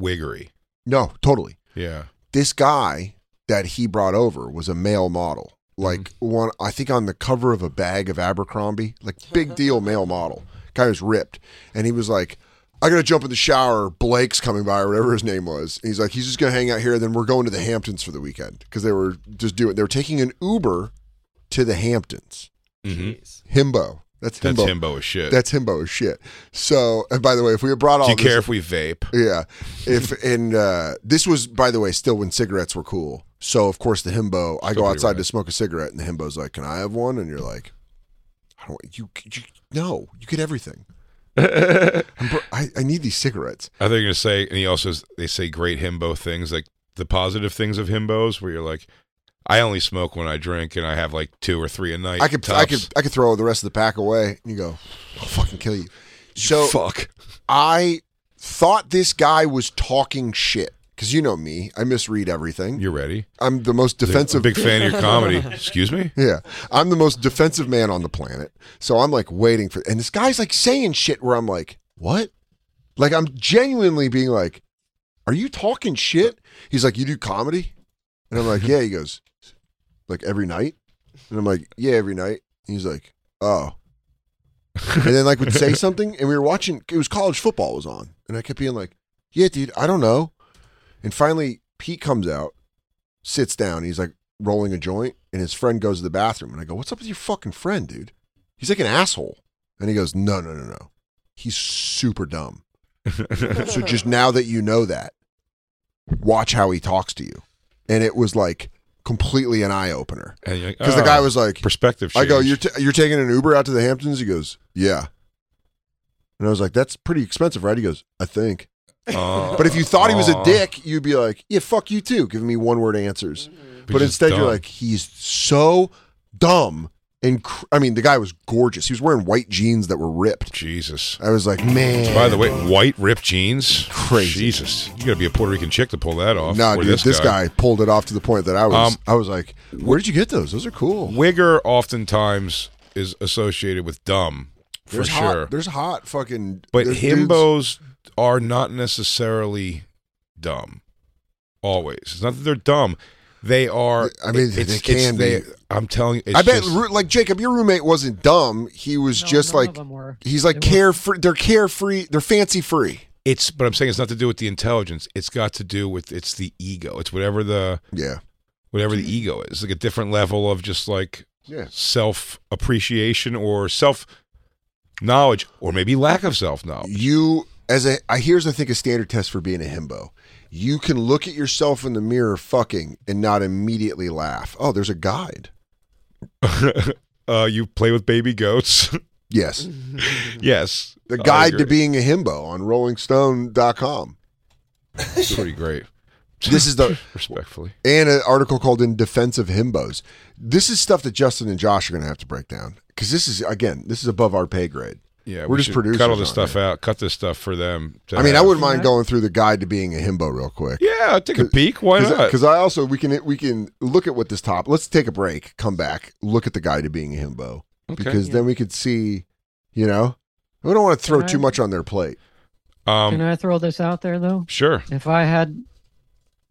Speaker 1: wiggery.
Speaker 2: No, totally.
Speaker 1: Yeah.
Speaker 2: this guy that he brought over was a male model like
Speaker 1: Mm-hmm.
Speaker 2: one i think on the cover of a bag of abercrombie like big deal male model guy was ripped and he was like i gotta jump in the shower blake's coming by or whatever his name was and he's like he's just gonna hang out here then we're going to the hamptons for the weekend because they were just doing they were taking an uber to the hamptons
Speaker 1: Mm-hmm.
Speaker 2: himbo That's
Speaker 1: That's
Speaker 2: himbo.
Speaker 1: himbo as shit.
Speaker 2: That's himbo as shit. So, and by the way, if we had brought all
Speaker 1: Do you
Speaker 2: this,
Speaker 1: care if we vape?
Speaker 2: Yeah. If and uh, this was, by the way, still when cigarettes were cool. So of course the himbo, I go
Speaker 1: Still pretty
Speaker 2: outside
Speaker 1: rad.
Speaker 2: to smoke a cigarette, and the himbo's like, "Can I have one?" And you're like, "I don't. You, you no. You get everything. I'm bro- I, I need these cigarettes."
Speaker 1: Are they going to say? And he also s- they say great himbo things like the positive things of himbos, where you're like, I only smoke when I drink, and I have like two or three a night.
Speaker 2: I could, I could, I could throw the rest of the pack away, and you go, "I'll fucking kill you." So
Speaker 1: fuck.
Speaker 2: I thought this guy was talking shit because you know me, I misread everything.
Speaker 1: You're ready.
Speaker 2: I'm the most
Speaker 1: I'm a
Speaker 2: defensive.
Speaker 1: big fan of your comedy. Excuse me?
Speaker 2: Yeah, I'm the most defensive man on the planet. So I'm like waiting for, and this guy's like saying shit where I'm like, "What?" Like I'm genuinely being like, "Are you talking shit?" He's like, "You do comedy," and I'm like, "Yeah." He goes, "Like every night," and I'm like, "Yeah, every night." And he's like, "Oh." and then like would say something, and we were watching. It was college football was on, and I kept being like, "Yeah, dude, I don't know." And finally, Pete comes out, sits down. He's like rolling a joint, and his friend goes to the bathroom. And I go, "What's up with your fucking friend, dude? He's like an asshole." And he goes, "No, no, no, no. He's super dumb. so just now that you know that, watch how he talks to you." And it was like completely an eye opener
Speaker 1: And you're like,
Speaker 2: because the
Speaker 1: "Oh,
Speaker 2: guy was like
Speaker 1: perspective.
Speaker 2: I go,
Speaker 1: change."
Speaker 2: you're, t- you're taking an Uber out to the Hamptons? He goes, yeah. And I was like, that's pretty expensive, right? He goes, I think.
Speaker 1: Uh,
Speaker 2: but if you thought he was a
Speaker 1: uh.
Speaker 2: dick, you'd be like, yeah, fuck you too, giving me one word answers. But
Speaker 1: just
Speaker 2: instead,
Speaker 1: dumb.
Speaker 2: you're like, he's so dumb. And cr- I mean, the guy was gorgeous. He was wearing white jeans that were ripped.
Speaker 1: Jesus.
Speaker 2: I was like, man.
Speaker 1: By the way, white ripped jeans.
Speaker 2: Crazy.
Speaker 1: Jesus, you got to be a Puerto Rican chick to pull that off.
Speaker 2: no,
Speaker 1: Or
Speaker 2: dude, this, guy. pulled it off to the point that I was,
Speaker 1: Um,
Speaker 2: I was like, where did you get those? Those are cool.
Speaker 1: Wigger oftentimes is associated with dumb, for
Speaker 2: There's hot,
Speaker 1: sure.
Speaker 2: There's hot fucking.
Speaker 1: but
Speaker 2: there's dudes-
Speaker 1: himbos are not necessarily dumb. Always, it's not that they're dumb. They are.
Speaker 2: I mean,
Speaker 1: it's,
Speaker 2: they
Speaker 1: it's-
Speaker 2: can
Speaker 1: they-
Speaker 2: be.
Speaker 1: I'm telling you. It's
Speaker 2: I bet,
Speaker 1: just-
Speaker 2: Ru- like Jacob, your roommate wasn't dumb. He was just
Speaker 4: none of
Speaker 2: like
Speaker 4: them were.
Speaker 2: he's like carefree. They're carefree. They're fancy free.
Speaker 1: it's. But I'm saying it's not to do with the intelligence. It's got to do with it's the ego. It's whatever the
Speaker 2: Yeah.
Speaker 1: whatever the ego is, like a different level of just like
Speaker 2: Yeah.
Speaker 1: self appreciation or self knowledge, or maybe lack of self knowledge.
Speaker 2: You as a I here's I think a standard test for being a himbo. You can look at yourself in the mirror, fucking, and not immediately laugh. Oh, there's a guide.
Speaker 1: uh, you play with baby goats.
Speaker 2: Yes,
Speaker 1: yes,
Speaker 2: the
Speaker 1: Mm-hmm. I
Speaker 2: guide to
Speaker 1: agree.
Speaker 2: being a himbo on RollingStone.com.
Speaker 1: It's pretty great.
Speaker 2: This is the
Speaker 1: respectfully.
Speaker 2: and an article called "In Defense of Himbos." This is stuff that Justin and Josh are going to have to break down because this is again this is above our pay grade.
Speaker 1: Yeah,
Speaker 2: we're
Speaker 1: we
Speaker 2: just
Speaker 1: should
Speaker 2: producers.
Speaker 1: Cut all this
Speaker 2: on
Speaker 1: stuff uh, out. Cut this stuff for them. to
Speaker 2: I mean, I
Speaker 1: have.
Speaker 2: wouldn't mind going through the guide to being a himbo real quick.
Speaker 1: Yeah, take a peek. Why not?
Speaker 2: Because I also we can we can look at what this top. Let's take a break. Come back. Look at the guide to being a himbo.
Speaker 1: Okay.
Speaker 2: Because then we could see. You know, we don't want to throw
Speaker 4: Can I-
Speaker 2: too much on their plate.
Speaker 1: um,
Speaker 4: Can I throw this out there though?
Speaker 1: sure.
Speaker 4: If I had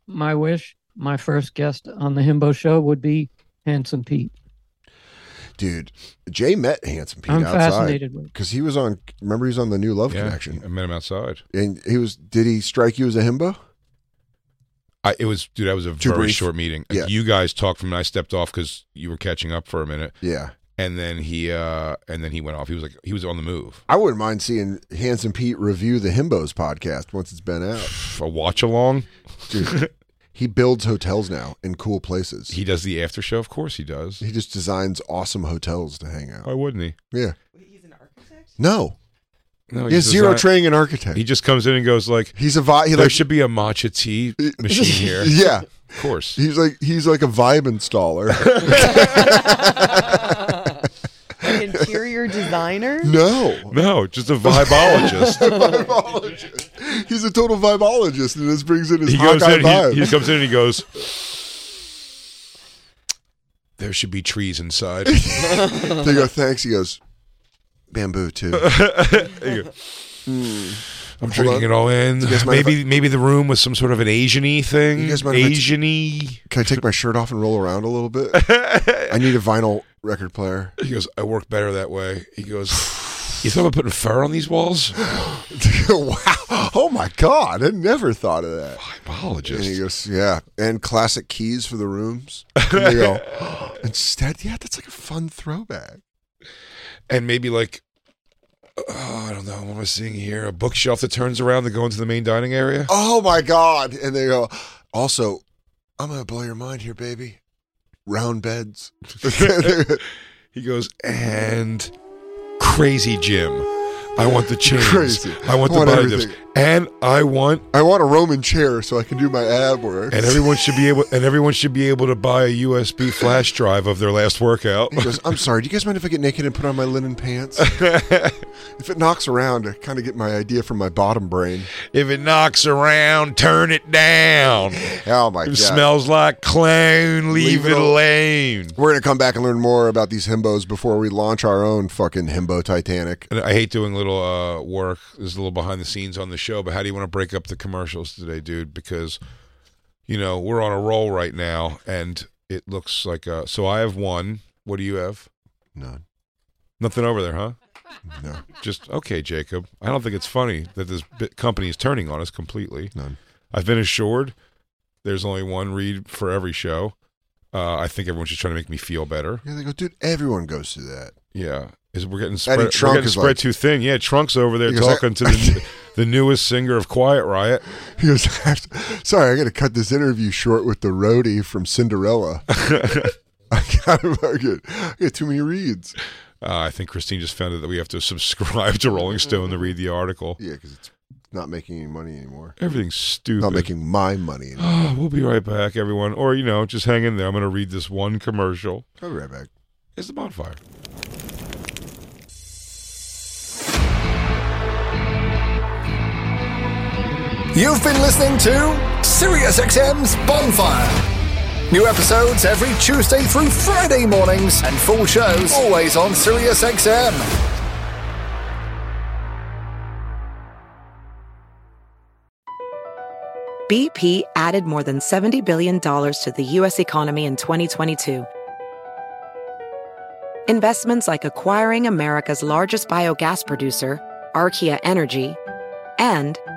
Speaker 4: my wish, my first guest on the Himbo Show would be Handsome Pete.
Speaker 2: Dude, Jay met Handsome Pete
Speaker 4: I'm
Speaker 2: outside
Speaker 4: fascinated with-
Speaker 2: because he was on. Remember, he was on the New Love
Speaker 1: Yeah,
Speaker 2: Connection,
Speaker 1: I met him outside.
Speaker 2: and he was. Did he strike you as a himbo?
Speaker 1: I, it was, dude. That was a
Speaker 2: Too
Speaker 1: very
Speaker 2: brief.
Speaker 1: short meeting. Like,
Speaker 2: Yeah.
Speaker 1: You guys talked from, and I stepped off because you were catching up for a minute.
Speaker 2: Yeah,
Speaker 1: And then he, uh and then he went off. He was like, he was on the move.
Speaker 2: I wouldn't mind seeing Handsome Pete review the Himbos podcast once it's been out.
Speaker 1: A watch along.
Speaker 2: Dude, he builds hotels now in cool places.
Speaker 1: He
Speaker 2: He,
Speaker 1: does the after show. Of course, he does.
Speaker 2: just designs awesome hotels to hang out.
Speaker 1: Why wouldn't he?
Speaker 2: Yeah. No.
Speaker 1: No,
Speaker 2: he has
Speaker 1: Oh, he's
Speaker 2: zero
Speaker 1: design-
Speaker 2: training in architect.
Speaker 1: He just comes in and goes like,
Speaker 2: he's a vi- he
Speaker 1: "There
Speaker 2: like,
Speaker 1: should be a matcha tea machine here."
Speaker 2: yeah.
Speaker 1: of course.
Speaker 2: He's like he's like a vibe installer.
Speaker 6: An interior designer?
Speaker 2: no.
Speaker 1: No, just a vibologist.
Speaker 2: Vibologist. He's a total vibologist and this brings in his
Speaker 1: he goes
Speaker 2: Hawkeye
Speaker 1: in.
Speaker 2: vibe.
Speaker 1: He, he comes in and he goes. There should be trees inside.
Speaker 2: they go, thanks. He goes, bamboo too.
Speaker 1: You go, I'm drinking it all in.
Speaker 2: Hmm. You guys mind if
Speaker 1: Maybe maybe the room was some sort of an Asian-y thing.
Speaker 2: You guys mind if I t-
Speaker 1: Asian-y.
Speaker 2: Can I take my shirt off and roll around a little bit? I need a vinyl record player.
Speaker 1: He goes, I work better that way. He goes, You thought about putting fur on these walls?
Speaker 2: wow. Oh my God. I never thought of that. And he
Speaker 1: Vibologist.
Speaker 2: goes, yeah. And classic keys for the rooms. And they go, instead, yeah, that's like a fun throwback.
Speaker 1: and maybe like oh, I don't know, what am I seeing here? A bookshelf that turns around to go into the main dining area.
Speaker 7: Oh my god! And they go. Also, I'm gonna blow your mind here, baby. Round beds.
Speaker 1: he goes and crazy Jim. I want the chains.
Speaker 7: Crazy.
Speaker 1: I want the
Speaker 7: I want
Speaker 1: body dips.
Speaker 7: everything.
Speaker 1: And I want
Speaker 7: I want a Roman chair so I can do my ab work.
Speaker 1: and everyone should be able and everyone should be able to buy a USB flash drive of their last workout.
Speaker 7: He goes, I'm sorry, do you guys mind if I get naked and put on my linen pants? if it knocks around, I kind of get my idea from my bottom brain.
Speaker 1: If it knocks around, turn it down.
Speaker 7: Oh my god.
Speaker 1: It smells like clown. Leave, it alone.
Speaker 7: We're gonna come back and learn more about these himbos before we launch our own fucking himbo Titanic.
Speaker 1: And I hate doing little uh, work. There's a little behind the scenes on the show, but how do you want to break up the commercials today, dude? Because you know we're on a roll right now, and it looks like uh so. I have one. What do you have?
Speaker 7: None.
Speaker 1: Nothing over there, huh?
Speaker 7: No.
Speaker 1: Just okay, Jacob. I don't think it's funny that this bit company is turning on us completely.
Speaker 7: None.
Speaker 1: I've been assured there's only one read for every show. Uh, I think everyone's just trying to make me feel better.
Speaker 7: Yeah, they go, dude. Everyone goes through that.
Speaker 1: Yeah, is we're getting
Speaker 7: Eddie
Speaker 1: spread,
Speaker 7: Trunk
Speaker 1: we're getting
Speaker 7: is
Speaker 1: spread
Speaker 7: like-
Speaker 1: too thin. Yeah, Trunk's over there
Speaker 7: He goes, I-
Speaker 1: talking to the, the newest singer of Quiet Riot.
Speaker 7: He goes, sorry, I got to cut this interview short with the roadie from Cinderella. I got to I got too many reads.
Speaker 1: Uh, I think Christine just found out that we have to subscribe to Rolling Stone to read the article.
Speaker 7: Yeah, because it's not making any money anymore.
Speaker 1: Everything's stupid.
Speaker 7: Not making my money anymore.
Speaker 1: we'll be right back, everyone. Or you know, just hang in there. I'm going to read this one commercial.
Speaker 7: I'll be right back.
Speaker 1: It's the bonfire.
Speaker 16: You've been listening to SiriusXM's Bonfire. New episodes every Tuesday through Friday mornings, and full shows always on SiriusXM.
Speaker 11: BP added more than $70 billion to the U.S. economy in 2022. Investments like acquiring America's largest biogas producer, Archaea Energy, and